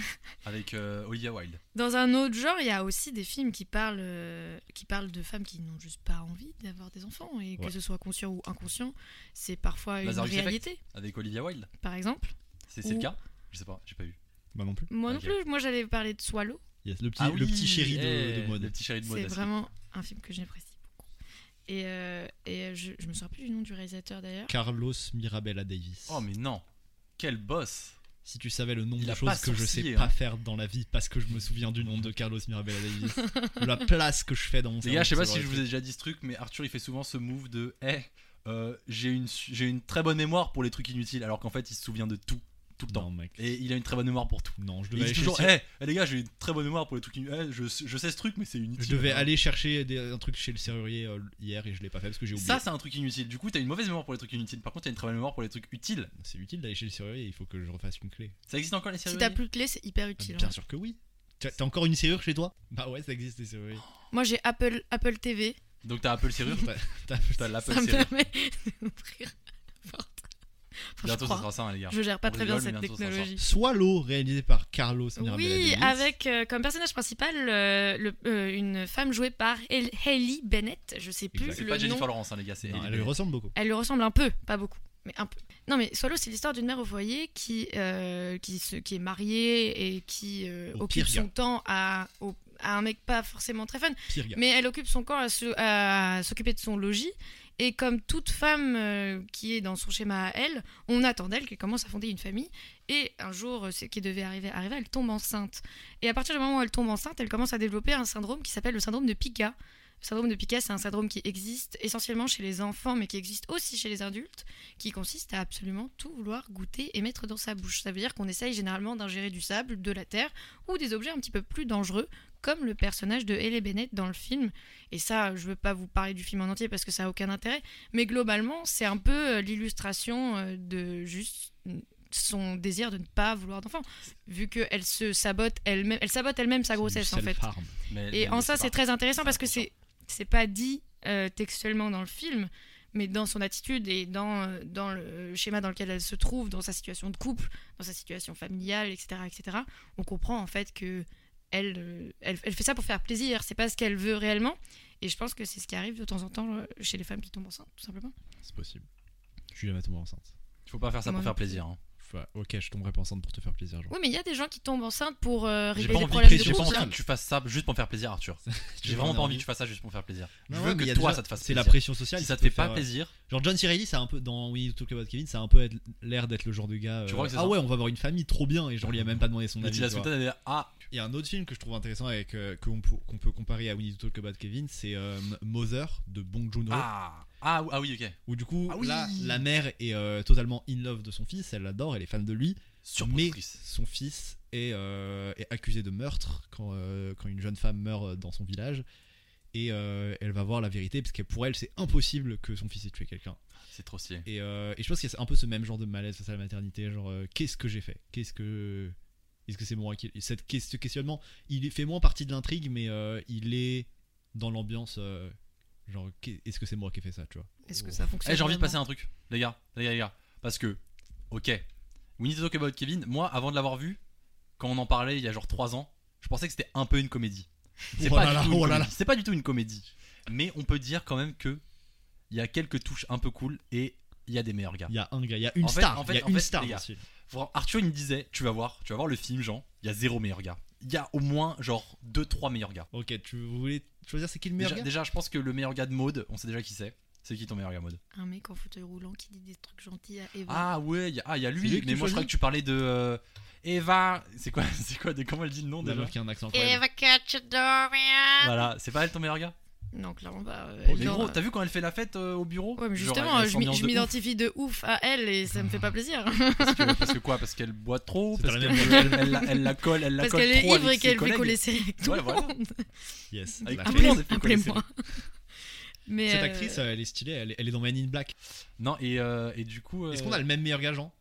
Speaker 2: Avec euh, Olivia Wilde.
Speaker 1: Dans un autre genre, il y a aussi des films qui parlent, euh, qui parlent de femmes qui n'ont juste pas envie d'avoir des enfants, et que
Speaker 3: Ouais.
Speaker 1: ce soit conscient ou inconscient, c'est parfois une
Speaker 2: Lazarus Effect.
Speaker 1: réalité,
Speaker 2: Avec Olivia Wilde.
Speaker 1: par exemple.
Speaker 2: C'est c'est
Speaker 1: Ou-
Speaker 2: le cas Je sais pas, j'ai pas vu.
Speaker 3: Bah non plus.
Speaker 1: Moi
Speaker 2: Ok.
Speaker 1: non plus, moi j'allais parler de Swallow,
Speaker 3: Yes, le petit, le petit chéri de,
Speaker 2: Ah eh,
Speaker 3: de mode.
Speaker 2: Le petit chéri de mode.
Speaker 1: c'est
Speaker 2: est-ce que-
Speaker 1: vraiment un film que j'apprécie beaucoup. Et, euh, et euh, je, je me souviens plus du nom du réalisateur d'ailleurs.
Speaker 3: Carlos Mirabella Davis.
Speaker 2: Oh mais non Quel boss
Speaker 3: Si tu savais le nombre
Speaker 2: Il
Speaker 3: de
Speaker 2: a
Speaker 3: choses
Speaker 2: pas
Speaker 3: que je sais
Speaker 2: sourcillé,
Speaker 3: pas
Speaker 2: hein.
Speaker 3: faire dans la vie parce que je me souviens du nom de Carlos Mirabella Davis, de la place que je fais dans mon
Speaker 2: Les
Speaker 3: cerveau.
Speaker 2: gars, je sais
Speaker 3: pour
Speaker 2: pas
Speaker 3: savoir
Speaker 2: si je
Speaker 3: les
Speaker 2: vous ai déjà dit ce truc, mais Arthur il fait souvent ce move de Eh, euh, j'ai une, su- j'ai une très bonne mémoire pour les trucs inutiles, alors qu'en fait il se souvient de tout, tout
Speaker 3: trucs.
Speaker 2: le temps.
Speaker 3: Non, mec.
Speaker 2: Et il a une très bonne mémoire pour tout.
Speaker 3: Non, je
Speaker 2: Et
Speaker 3: devais
Speaker 2: il
Speaker 3: aller
Speaker 2: dit
Speaker 3: chez
Speaker 2: toujours
Speaker 3: le
Speaker 2: Eh,
Speaker 3: cir-
Speaker 2: eh, les gars, j'ai une très bonne mémoire pour les trucs inutiles. Eh, je, je sais ce truc, mais c'est inutile.
Speaker 3: Je devais aller chercher des- un truc chez le serrurier euh, hier et je l'ai pas fait parce que j'ai oublié.
Speaker 2: Ça, c'est un truc inutile. Du coup, t'as une mauvaise mémoire pour les trucs inutiles. Par contre, t'as une très bonne mémoire pour les trucs utiles.
Speaker 3: C'est utile d'aller chez le serrurier, il faut que je refasse une clé.
Speaker 2: Ça existe encore les séries
Speaker 1: Si t'as plus de clés, c'est hyper
Speaker 3: Ah,
Speaker 1: utile.
Speaker 3: bien
Speaker 1: hein.
Speaker 3: sûr que oui. T'as t'as encore une serrure chez toi Bah ouais, ça existe les serruriers.
Speaker 1: Moi j'ai Apple, Apple TV,
Speaker 2: Donc t'as un peu le serrure
Speaker 3: T'as- t'as-
Speaker 2: T'as l'Apple
Speaker 1: Ça me
Speaker 2: serrure.
Speaker 1: permet d'ouvrir la porte. Enfin, je,
Speaker 2: Bientôt ça
Speaker 1: crois.
Speaker 2: sera ça, hein, les gars.
Speaker 1: Je gère pas
Speaker 2: On
Speaker 1: très bien
Speaker 2: rigole, mais
Speaker 1: cette
Speaker 2: bientôt, ça sera
Speaker 1: technologie.
Speaker 3: Swallow, réalisé par Carlos
Speaker 1: Oui,
Speaker 3: Mirabella Davis.
Speaker 1: avec euh, comme personnage principal euh, le- euh, une femme jouée par Hel- Hailey Bennett. Je sais plus
Speaker 3: Exact.
Speaker 2: C'est
Speaker 1: le
Speaker 2: pas
Speaker 1: nom.
Speaker 2: Jennifer Lawrence, hein, les gars, c'est
Speaker 3: Non,
Speaker 2: Ellie
Speaker 3: elle lui
Speaker 2: Bennett.
Speaker 3: ressemble beaucoup.
Speaker 1: Elle lui ressemble un peu, pas beaucoup, mais un peu. Non, mais Swallow, c'est l'histoire d'une mère au foyer qui, euh, qui, se, qui est mariée et qui euh,
Speaker 3: Au
Speaker 1: occupe
Speaker 3: pire
Speaker 1: son
Speaker 3: gars.
Speaker 1: temps à, au- à un mec pas forcément très fun,
Speaker 3: Pire gars.
Speaker 1: mais elle occupe son corps à se- à s'occuper de son logis. Et comme toute femme euh, qui est dans son schéma à elle, on attend d'elle qu'elle commence à fonder une famille. Et un jour, euh, ce qui devait arriver, arriver, elle tombe enceinte. Et à partir du moment où elle tombe enceinte, elle commence à développer un syndrome qui s'appelle le syndrome de Pica. Le syndrome de Pica, c'est un syndrome qui existe essentiellement chez les enfants, mais qui existe aussi chez les adultes, qui consiste à absolument tout vouloir goûter et mettre dans sa bouche. Ça veut dire qu'on essaye généralement d'ingérer du sable, de la terre ou des objets un petit peu plus dangereux, comme le personnage de Hailey Bennett dans le film et ça, je veux pas vous parler du film en entier parce que ça a aucun intérêt, mais globalement, c'est un peu euh, l'illustration euh, de juste son désir de ne pas vouloir d'enfant, vu qu'elle se sabote elle-même, elle sabote elle-même sa grossesse en fait.
Speaker 3: Self-harm.
Speaker 2: Mais elle-
Speaker 1: Et
Speaker 2: elle
Speaker 1: en
Speaker 2: le
Speaker 1: ça,
Speaker 2: sait
Speaker 1: c'est
Speaker 2: pas.
Speaker 1: très intéressant
Speaker 2: C'est
Speaker 1: parce que
Speaker 2: inconscient.
Speaker 1: c'est c'est pas dit euh, textuellement dans le film, mais dans son attitude et dans, euh, dans le schéma dans lequel elle se trouve, dans sa situation de couple, dans sa situation familiale, etc., etc., on comprend en fait que elle, euh, elle, elle fait ça pour faire plaisir, c'est pas ce qu'elle veut réellement. Et je pense que c'est ce qui arrive de temps en temps euh, chez les femmes qui tombent enceintes, tout simplement.
Speaker 3: C'est possible. Je suis jamais tombé enceinte.
Speaker 2: Faut pas faire ça pour
Speaker 1: Moi
Speaker 2: faire
Speaker 1: non plus.
Speaker 2: plaisir. hein.
Speaker 3: Enfin, ok, je tomberai pas enceinte pour te faire plaisir. Genre.
Speaker 1: Oui, mais il y a des gens qui tombent enceintes pour euh,
Speaker 2: J'ai
Speaker 1: régler
Speaker 2: pas
Speaker 1: des
Speaker 2: envie
Speaker 1: problèmes
Speaker 2: que-
Speaker 1: de
Speaker 2: j'ai pas
Speaker 1: couple.
Speaker 2: envie que tu fasses ça juste pour me faire plaisir, Arthur. J'ai vraiment pas envie que tu fasses ça juste pour me faire plaisir. Je
Speaker 3: Non,
Speaker 2: veux
Speaker 3: ouais, mais il y
Speaker 2: que
Speaker 3: a
Speaker 2: toi
Speaker 3: déjà-
Speaker 2: ça te fasse
Speaker 3: C'est la
Speaker 2: plaisir.
Speaker 3: pression sociale.
Speaker 2: Si
Speaker 3: qui
Speaker 2: ça te
Speaker 3: peut
Speaker 2: fait pas
Speaker 3: faire-
Speaker 2: plaisir,
Speaker 3: Genre John Cirelli, c'est un peu dans We Need to Talk About Kevin, c'est un peu être- l'air d'être le genre de gars.
Speaker 2: Tu
Speaker 3: euh,
Speaker 2: crois que c'est
Speaker 3: ah
Speaker 2: ça
Speaker 3: ouais, on va avoir une famille trop bien et genre il a même pas demandé son avis.
Speaker 2: Nicolas
Speaker 3: tu vois.
Speaker 2: Sutton, elle est ah,
Speaker 3: Il y a un autre film que je trouve intéressant avec euh, qu'on peut, qu'on peut comparer à We Need to Talk About Kevin, c'est euh, Mother de Bong Joon-ho.
Speaker 2: ah, ah, ah oui, ok.
Speaker 3: Où du coup
Speaker 2: Ah oui.
Speaker 3: là, la mère est euh, totalement in love de son fils, elle l'adore, elle est fan de lui, mais
Speaker 2: Surprise.
Speaker 3: son fils est, euh, est accusé de meurtre quand, euh, quand une jeune femme meurt dans son village. Et euh, elle va voir la vérité, parce que pour elle, c'est impossible que son fils ait tué quelqu'un.
Speaker 2: C'est trop stylé. Eh,
Speaker 3: Et, euh, et je pense qu'il y a un peu ce même genre de malaise face à la maternité, genre euh, qu'est-ce que j'ai fait Qu'est-ce que est-ce que c'est moi qui et cette ques- ce questionnement, il est- fait moins partie de l'intrigue, mais euh, il est dans l'ambiance euh, genre qu'est- est-ce que c'est moi qui ai fait ça, tu vois
Speaker 1: Est-ce que ça fonctionne
Speaker 2: Eh, j'ai envie de
Speaker 1: vraiment
Speaker 2: passer un truc, les gars, les gars, les gars. Parce que, ok, We Need to Talk About Kevin, moi, avant de l'avoir vu, quand on en parlait il y a genre 3 ans, je pensais que c'était un peu une comédie. C'est
Speaker 3: Oh
Speaker 2: pas,
Speaker 3: là
Speaker 2: du
Speaker 3: là,
Speaker 2: tout une
Speaker 3: oh là
Speaker 2: comédie.
Speaker 3: là.
Speaker 2: C'est pas du tout une comédie. Mais on peut dire quand même que il y a quelques touches un peu cool et il y a des meilleurs gars.
Speaker 3: Il y a un gars, il y a une
Speaker 2: En fait-
Speaker 3: star,
Speaker 2: en fait-
Speaker 3: il y a
Speaker 2: en
Speaker 3: une
Speaker 2: fait,
Speaker 3: star
Speaker 2: les gars,
Speaker 3: dans ce film.
Speaker 2: Vraiment, Arthur il me disait, tu vas voir, tu vas voir le film Jean, il y a zéro meilleur gars. Il y a au moins genre 2-3 meilleurs gars.
Speaker 3: Ok, tu voulais choisir c'est qui le meilleur
Speaker 2: Déjà,
Speaker 3: gars
Speaker 2: déjà, je pense que le meilleur gars de mode, on sait déjà qui c'est. C'est qui ton meilleur gars mode
Speaker 1: Un mec en fauteuil roulant qui dit des trucs gentils à Eva.
Speaker 2: Ah ouais, il y a, ah, il y a lui,
Speaker 3: lui que
Speaker 2: mais
Speaker 3: tu
Speaker 2: moi je
Speaker 3: choisis
Speaker 2: crois que tu parlais de euh, Eva. C'est quoi, c'est quoi, de, comment elle dit le nom
Speaker 3: La
Speaker 2: déjà
Speaker 3: meuf qui a un accent incroyable.
Speaker 1: Eva Cacciadoria
Speaker 2: Voilà, c'est pas elle ton meilleur gars
Speaker 1: Non, clairement pas. euh,
Speaker 3: Eh,
Speaker 2: Mais
Speaker 1: genre,
Speaker 2: gros, t'as vu quand elle fait la fête euh, au bureau
Speaker 1: Ouais, mais
Speaker 2: Genre,
Speaker 1: justement,
Speaker 2: elle- elle
Speaker 1: je m'i-
Speaker 2: s'ambiance
Speaker 1: je
Speaker 2: de ouf.
Speaker 1: m'identifie de ouf à elle et ça me fait pas plaisir.
Speaker 2: Parce que, parce que quoi Parce qu'elle boit trop
Speaker 3: C'est
Speaker 2: Parce
Speaker 3: dans
Speaker 2: qu'elle
Speaker 3: la même
Speaker 2: elle, elle la- elle la colle, elle la
Speaker 1: Parce
Speaker 2: colle
Speaker 1: qu'elle est
Speaker 2: trop avec
Speaker 1: ivre et
Speaker 2: ses
Speaker 1: qu'elle veut
Speaker 2: collègues.
Speaker 1: coller ses règles.
Speaker 2: Ouais, voilà.
Speaker 3: Yes,
Speaker 2: Avec
Speaker 3: la
Speaker 2: un
Speaker 3: fée.
Speaker 2: plan.
Speaker 1: Appelez-
Speaker 2: elle fait coller ses
Speaker 1: Appelez-moi. Mais
Speaker 3: Cette
Speaker 1: euh,
Speaker 3: actrice, euh, elle est stylée, elle, est- elle est dans Man in Black.
Speaker 2: Non, et, euh, et du coup.
Speaker 3: Est-ce
Speaker 2: euh,
Speaker 3: qu'on a le même meilleur gars, Jean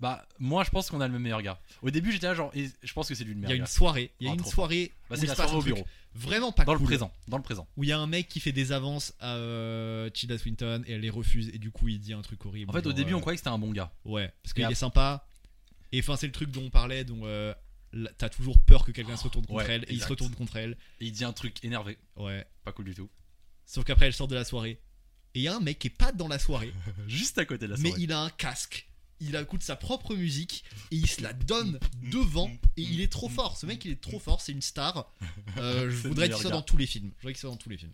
Speaker 2: Bah, moi je pense qu'on a le même meilleur gars. Au début, j'étais là, genre, et je pense que c'est lui le
Speaker 3: Il y a
Speaker 2: meilleur
Speaker 3: une
Speaker 2: gars.
Speaker 3: soirée, il y a
Speaker 2: Ah,
Speaker 3: une
Speaker 2: trop
Speaker 3: soirée où
Speaker 2: Bah, c'est
Speaker 3: il
Speaker 2: la
Speaker 3: se passe
Speaker 2: soirée
Speaker 3: un
Speaker 2: au
Speaker 3: truc
Speaker 2: bureau.
Speaker 3: vraiment pas
Speaker 2: Dans le
Speaker 3: cool.
Speaker 2: présent, dans le présent.
Speaker 3: où il y a un mec qui fait des avances à euh, Tilda Swinton et elle les refuse et du coup il dit un truc horrible.
Speaker 2: En fait, au
Speaker 3: genre,
Speaker 2: début,
Speaker 3: euh,
Speaker 2: on croyait que c'était un bon gars.
Speaker 3: Ouais, parce
Speaker 2: Et
Speaker 3: qu'il
Speaker 2: ap-
Speaker 3: est sympa. Et enfin, c'est le truc dont on parlait, dont euh, là, t'as toujours peur que quelqu'un se retourne contre
Speaker 2: Ouais,
Speaker 3: elle et il se
Speaker 2: exact.
Speaker 3: retourne contre elle.
Speaker 2: Et il dit un truc énervé,
Speaker 3: Ouais.
Speaker 2: pas cool du tout.
Speaker 3: Sauf qu'après, elle sort de la soirée. Et il y a un mec qui est pas dans la soirée,
Speaker 2: Juste à côté de la
Speaker 3: mais
Speaker 2: soirée.
Speaker 3: il a un casque. Il écoute sa propre musique et il se la donne devant et il est trop fort. Ce mec, il est trop fort, c'est une star. Euh,
Speaker 2: C'est
Speaker 3: je
Speaker 2: le
Speaker 3: voudrais
Speaker 2: meilleur
Speaker 3: qu'il soit
Speaker 2: gars.
Speaker 3: dans tous les films. Je voudrais qu'il soit dans tous les films.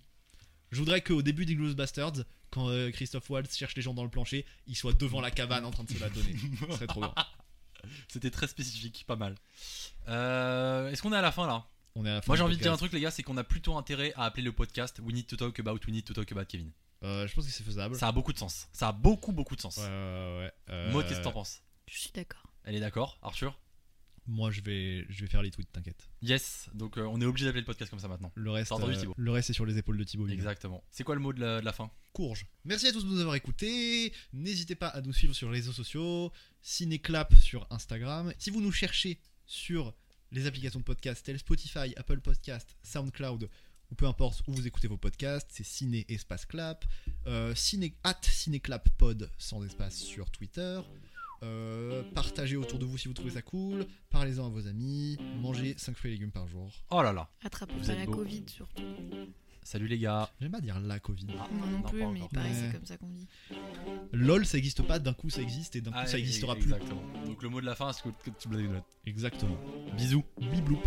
Speaker 3: Je voudrais qu'au début des Ghostbusters, quand euh, Christophe Waltz cherche les gens dans le plancher, il soit devant la cabane en train de se la donner. Ce serait trop bien.
Speaker 2: C'était très spécifique, pas mal. Euh, Est-ce qu'on est à la fin là
Speaker 3: On est à la fin
Speaker 2: Moi
Speaker 3: du
Speaker 2: j'ai envie de dire un
Speaker 3: podcast.
Speaker 2: truc les gars, c'est qu'on a plutôt intérêt à appeler le podcast We Need to Talk About We Need to Talk About Kevin.
Speaker 3: Euh, je pense que c'est faisable.
Speaker 2: Ça a beaucoup de sens. Ça a beaucoup beaucoup de sens.
Speaker 3: Ouais, ouais, ouais. Euh,
Speaker 2: Maud, qu'est-ce que t'en penses
Speaker 1: Je suis d'accord.
Speaker 2: Elle est d'accord, Arthur
Speaker 3: Euh, Moi, je vais, je vais faire les tweets, t'inquiète.
Speaker 2: Yes, donc euh, on est obligé d'appeler le podcast comme ça maintenant.
Speaker 3: Le reste,
Speaker 2: T'as entendu,
Speaker 3: euh,
Speaker 2: Thibaut
Speaker 3: le reste est sur les épaules de Thibaut. Bigot.
Speaker 2: Exactement. C'est quoi le mot de la, de la fin
Speaker 3: Courge. Merci à tous de nous avoir écoutés. N'hésitez pas à nous suivre sur les réseaux sociaux. Cinéclap sur Instagram. Si vous nous cherchez sur les applications de podcast telles Spotify, Apple Podcast, SoundCloud, ou peu importe où vous écoutez vos podcasts, c'est Ciné Espace Clap, euh, Ciné, at Cinéclap Pod sans espace sur Twitter. Euh, partagez autour de vous si vous trouvez ça cool, parlez-en à vos amis, mangez 5 fruits et légumes par jour.
Speaker 2: Oh là là.
Speaker 1: Attrapez
Speaker 2: Vous
Speaker 1: pas
Speaker 2: êtes
Speaker 1: la
Speaker 2: beau.
Speaker 1: Covid, surtout.
Speaker 2: Salut les gars.
Speaker 3: J'aime pas dire la Covid.
Speaker 2: Ah,
Speaker 1: Moi non
Speaker 2: non,
Speaker 1: plus,
Speaker 2: pas
Speaker 1: mais
Speaker 2: encore.
Speaker 1: pareil, c'est
Speaker 3: Ouais.
Speaker 1: comme ça qu'on dit.
Speaker 3: LOL ça existe pas, d'un coup ça existe et d'un coup
Speaker 2: Ah,
Speaker 3: ça existera plus.
Speaker 2: exactement. Donc le mot de la fin, c'est que tu
Speaker 3: Exactement.
Speaker 2: Bisous.
Speaker 3: Bibloup.